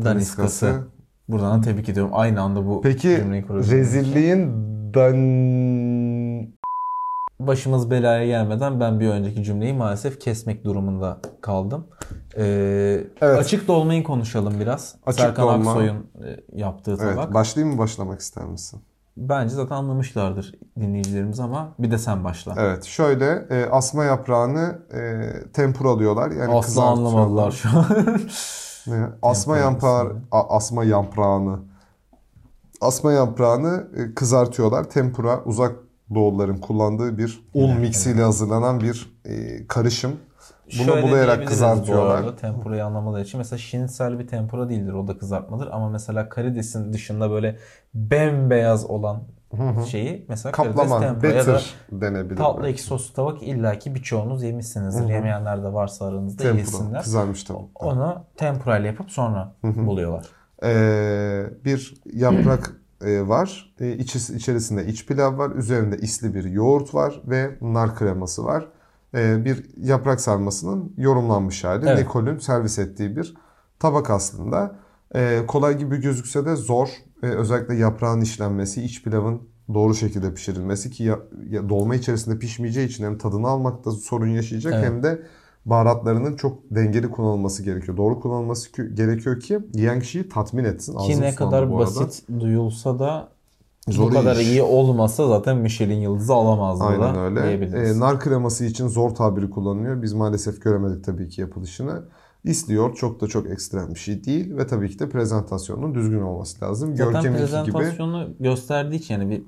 Speaker 2: Daniskası. Buradan da tebrik ediyorum. Aynı anda bu
Speaker 3: Peki
Speaker 2: cümleyi kuruyorsun.
Speaker 3: rezilliğin dan
Speaker 2: başımız belaya gelmeden ben bir önceki cümleyi maalesef kesmek durumunda kaldım. Ee,
Speaker 3: Evet.
Speaker 2: Açık dolmayı konuşalım biraz.
Speaker 3: Açık
Speaker 2: Serkan
Speaker 3: dolma.
Speaker 2: Aksoy'un e, yaptığı
Speaker 3: Evet,
Speaker 2: tabak.
Speaker 3: başlayayım mı başlamak ister misin?
Speaker 2: Bence zaten anlamışlardır dinleyicilerimiz ama bir de sen başla.
Speaker 3: Evet, şöyle e, asma yaprağını e, tempuralıyorlar. Yani
Speaker 2: Asla
Speaker 3: kızartıyorlar.
Speaker 2: anlamadılar şu an.
Speaker 3: Ne? Asma yampar
Speaker 2: Tempural
Speaker 3: a- asma yaprağını asma yaprağını e, kızartıyorlar. Tempura uzak doğulların kullandığı bir un miksiyle hazırlanan bir e, karışım. Bunu
Speaker 2: Şöyle
Speaker 3: bulayarak
Speaker 2: diyebiliriz bu
Speaker 3: kızartıyorlar.
Speaker 2: arada tempurayı anlamaları için. Mesela şinsel bir tempura değildir. O da kızartmadır. Ama mesela karidesin dışında böyle bembeyaz olan şeyi mesela karides
Speaker 3: Kaplama,
Speaker 2: tempura ya da
Speaker 3: better denebilir.
Speaker 2: Tatlı ekşi soslu tabak illaki birçoğunuz yemişsinizdir. Yemeyenler de varsa aranızda
Speaker 3: Tempura,
Speaker 2: yesinler.
Speaker 3: kızarmış tavuk.
Speaker 2: Onu tempurayla yapıp sonra buluyorlar.
Speaker 3: Ee, bir yaprak e, var. E, içi- içerisinde iç pilav var. Üzerinde isli bir yoğurt var ve nar kreması var. E, bir yaprak sarmasının yorumlanmış hali.
Speaker 2: Evet.
Speaker 3: Nicole'ün servis ettiği bir tabak aslında. E, kolay gibi gözükse de zor. E, özellikle yaprağın işlenmesi, iç pilavın doğru şekilde pişirilmesi ki ya- ya dolma içerisinde pişmeyeceği için hem tadını almakta sorun yaşayacak
Speaker 2: Evet.
Speaker 3: hem de baharatlarının çok dengeli kullanılması gerekiyor. Doğru kullanılması ki- gerekiyor ki yiyen kişiyi tatmin etsin.
Speaker 2: Ki
Speaker 3: Ağzım
Speaker 2: ne
Speaker 3: sulandı bu
Speaker 2: kadar
Speaker 3: arada.
Speaker 2: basit duyulsa da
Speaker 3: Zor
Speaker 2: bu kadar
Speaker 3: iş.
Speaker 2: iyi olmasa zaten Michelin yıldızı alamazdı
Speaker 3: Aynen
Speaker 2: da
Speaker 3: öyle.
Speaker 2: diyebiliriz.
Speaker 3: Ee, nar kreması için zor tabiri kullanılıyor. Biz maalesef göremedik tabii ki yapılışını. İsliyor. Çok da çok ekstrem bir şey değil. Ve tabii ki de prezentasyonun düzgün olması lazım.
Speaker 2: zaten
Speaker 3: Görkem'inki gibi.
Speaker 2: prezentasyonu gösterdiği için yani bir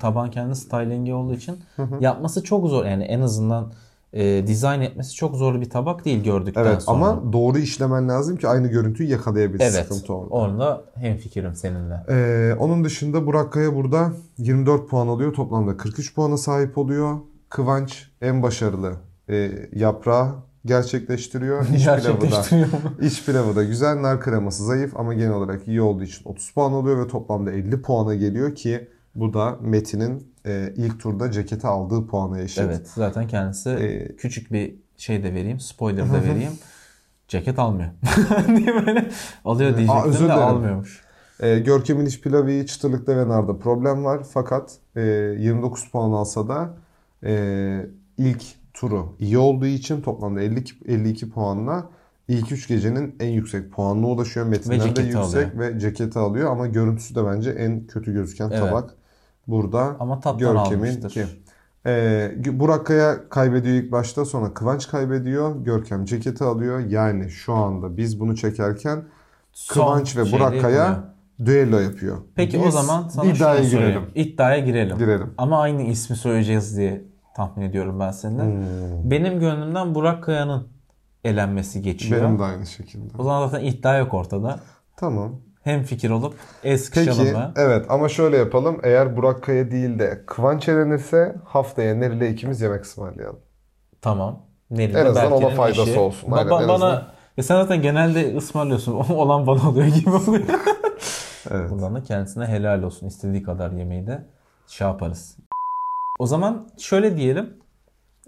Speaker 2: taban kendi stylingi olduğu için yapması çok zor. Yani en azından e, dizayn etmesi çok zor bir tabak değil gördükten
Speaker 3: Evet
Speaker 2: sonra.
Speaker 3: ama doğru işlemen lazım ki aynı görüntüyü yakalayabilsin.
Speaker 2: evet.
Speaker 3: Sıkıntı orada.
Speaker 2: Onda hemfikirim seninle.
Speaker 3: Ee, onun dışında Burak Kaya burada 24 puan alıyor. Toplamda 43 puana sahip oluyor. Kıvanç en başarılı e, yaprağı
Speaker 2: [laughs]
Speaker 3: gerçekleştiriyor. İç pilavı da,
Speaker 2: Gerçekleştiriyor mu?
Speaker 3: iç pilavı da güzel. Nar kreması zayıf ama genel olarak iyi olduğu için 30 puan alıyor ve toplamda 50 puana geliyor ki bu da Metin'in e, ilk turda cekete aldığı puana eşit.
Speaker 2: Evet zaten kendisi
Speaker 3: Ee,
Speaker 2: küçük bir şey de vereyim spoiler da vereyim. Ceket almıyor. [laughs] diye böyle alıyor diyecektim
Speaker 3: özür
Speaker 2: de
Speaker 3: dilerim.
Speaker 2: almıyormuş.
Speaker 3: E, Görkem'in iç pilavı, çıtırlıkta ve narda problem var. Fakat e, 29 puan alsa da e, ilk turu iyi olduğu için toplamda 52, 52 puanla ilk 3 gecenin en yüksek puanına ulaşıyor. Metinler de
Speaker 2: ceketi
Speaker 3: yüksek
Speaker 2: alıyor.
Speaker 3: ve ceketi alıyor ama görüntüsü de bence en kötü gözüken
Speaker 2: Evet.
Speaker 3: tabak. Burada
Speaker 2: Ama tattan
Speaker 3: Görkem'in
Speaker 2: almıştır.
Speaker 3: ki. E, Burak Kaya kaybediyor ilk başta sonra Kıvanç kaybediyor. Görkem ceketi alıyor. Yani şu anda biz bunu çekerken
Speaker 2: Son
Speaker 3: Kıvanç ve
Speaker 2: şey
Speaker 3: Burak
Speaker 2: değil mi?
Speaker 3: Kaya düello yapıyor.
Speaker 2: Peki o
Speaker 3: Biz
Speaker 2: zaman sana
Speaker 3: iddiaya
Speaker 2: şunu sorayım.
Speaker 3: girelim.
Speaker 2: İddiaya girelim.
Speaker 3: Girelim.
Speaker 2: Ama aynı
Speaker 3: Hmm.
Speaker 2: Hmm. ismi söyleyeceğiz diye tahmin ediyorum ben seninle. Benim gönlümden Burak Kaya'nın elenmesi geçiyor.
Speaker 3: Benim de aynı şekilde.
Speaker 2: O zaman zaten iddia yok ortada.
Speaker 3: Tamam.
Speaker 2: Hem fikir olup el sıkışalım
Speaker 3: Peki
Speaker 2: mı?
Speaker 3: evet ama şöyle yapalım. Eğer Burak Kaya değil de Kıvanç elenirse haftaya Neril'e ikimiz yemek ısmarlayalım.
Speaker 2: Tamam. Nerede
Speaker 3: En azından
Speaker 2: Berke'nin
Speaker 3: ona faydası
Speaker 2: işi.
Speaker 3: olsun.
Speaker 2: Ba-
Speaker 3: Aynen,
Speaker 2: ba-
Speaker 3: en azından.
Speaker 2: bana ya sen zaten genelde ısmarlıyorsun. [laughs] Olan bana oluyor gibi oluyor.
Speaker 3: [laughs] Evet.
Speaker 2: Buradan da kendisine helal olsun. İstediği kadar yemeği de şey yaparız. O zaman şöyle diyelim.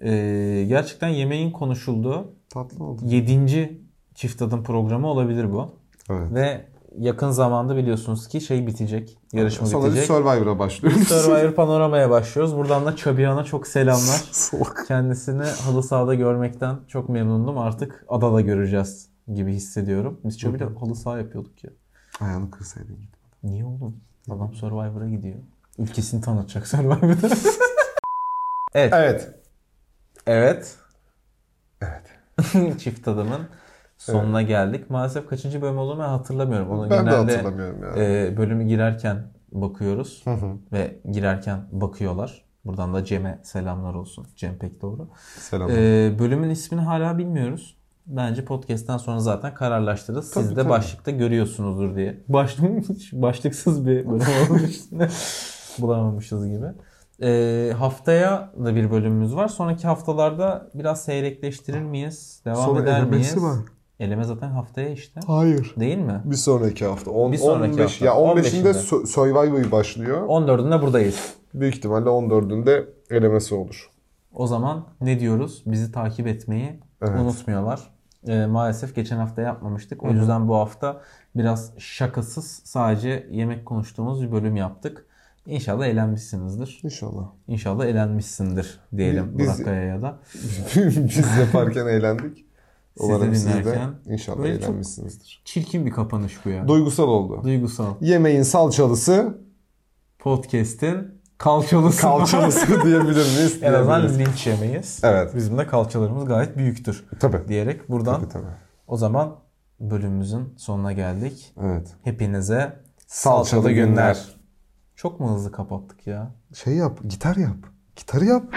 Speaker 2: Ee, gerçekten yemeğin konuşulduğu
Speaker 3: Tatlı oldu.
Speaker 2: 7. çift adım programı olabilir bu.
Speaker 3: Evet.
Speaker 2: Ve yakın zamanda biliyorsunuz ki şey bitecek. Yarışma
Speaker 3: Sonra bir
Speaker 2: bitecek.
Speaker 3: Survivor'a başlıyoruz.
Speaker 2: Survivor Panorama'ya başlıyoruz. Buradan da Çabihan'a çok selamlar.
Speaker 3: [laughs] Salak.
Speaker 2: Kendisini halı sahada görmekten çok memnundum. Artık adada göreceğiz gibi hissediyorum. Biz Çabi'yle halı saha yapıyorduk ya.
Speaker 3: Ayağını kırsaydın git.
Speaker 2: Niye oğlum? Adam Survivor'a gidiyor. Ülkesini tanıtacak Survivor'da. [laughs] evet.
Speaker 3: Evet.
Speaker 2: Evet. Evet. [laughs] Çift adamın sonuna geldik. Maalesef kaçıncı bölüm olduğunu ben hatırlamıyorum. Onu
Speaker 3: Ben de
Speaker 2: genelde
Speaker 3: hatırlamıyorum ya.
Speaker 2: e, bölümü girerken bakıyoruz.
Speaker 3: hı.
Speaker 2: Ve girerken bakıyorlar. Buradan da Cem'e selamlar olsun. Cem pek doğru.
Speaker 3: Selam.
Speaker 2: Ee, bölümün ismini hala bilmiyoruz. Bence podcast'ten sonra zaten kararlaştırırız. Siz
Speaker 3: Tabii,
Speaker 2: de
Speaker 3: tabii.
Speaker 2: başlıkta görüyorsunuzdur diye. Başlık, [laughs] başlıksız bir bölüm
Speaker 3: [laughs]
Speaker 2: olmuş. Bulamamışız gibi. Ee, haftaya da bir bölümümüz var. Sonraki haftalarda biraz seyrekleştirir miyiz? Devam
Speaker 3: Sonra
Speaker 2: eder
Speaker 3: elemesi
Speaker 2: miyiz?
Speaker 3: var.
Speaker 2: Eleme zaten haftaya işte.
Speaker 3: Hayır.
Speaker 2: Değil mi?
Speaker 3: Bir sonraki hafta. On,
Speaker 2: Bir sonraki
Speaker 3: 15,
Speaker 2: hafta.
Speaker 3: Ya 15'inde
Speaker 2: 15'inde.
Speaker 3: Su- Survivor başlıyor.
Speaker 2: 14'ünde buradayız.
Speaker 3: Büyük ihtimalle 14'ünde elemesi olur.
Speaker 2: O zaman ne diyoruz? Bizi takip etmeyi
Speaker 3: Evet.
Speaker 2: unutmuyorlar. Ee, maalesef geçen hafta yapmamıştık. O yüzden bu hafta biraz şakasız sadece yemek konuştuğumuz bir bölüm yaptık. İnşallah eğlenmişsinizdir.
Speaker 3: İnşallah.
Speaker 2: İnşallah eğlenmişsindir diyelim
Speaker 3: Biz-
Speaker 2: Burak Kaya'ya da.
Speaker 3: [laughs] Biz yaparken eğlendik.
Speaker 2: Siz de
Speaker 3: Umarım siz de
Speaker 2: dinlerken
Speaker 3: inşallah
Speaker 2: böyle çok-
Speaker 3: eğlenmişsinizdir.
Speaker 2: Çirkin bir kapanış bu ya.
Speaker 3: Duygusal oldu.
Speaker 2: Duygusal.
Speaker 3: Yemeğin salçalısı,
Speaker 2: Podcast'in kalçalısı.
Speaker 3: kalçalısı diyebilir miyiz?
Speaker 2: [laughs] en azından
Speaker 3: Diyebiliriz.
Speaker 2: linç yemeyiz.
Speaker 3: Evet.
Speaker 2: Bizim de kalçalarımız gayet büyüktür
Speaker 3: Tabii.
Speaker 2: diyerek buradan
Speaker 3: Tabii tabii.
Speaker 2: o zaman bölümümüzün sonuna geldik.
Speaker 3: Evet.
Speaker 2: Hepinize
Speaker 3: Salçalı günler.
Speaker 2: Çok mu hızlı kapattık ya?
Speaker 3: Şey yap, gitar yap. Gitarı yap.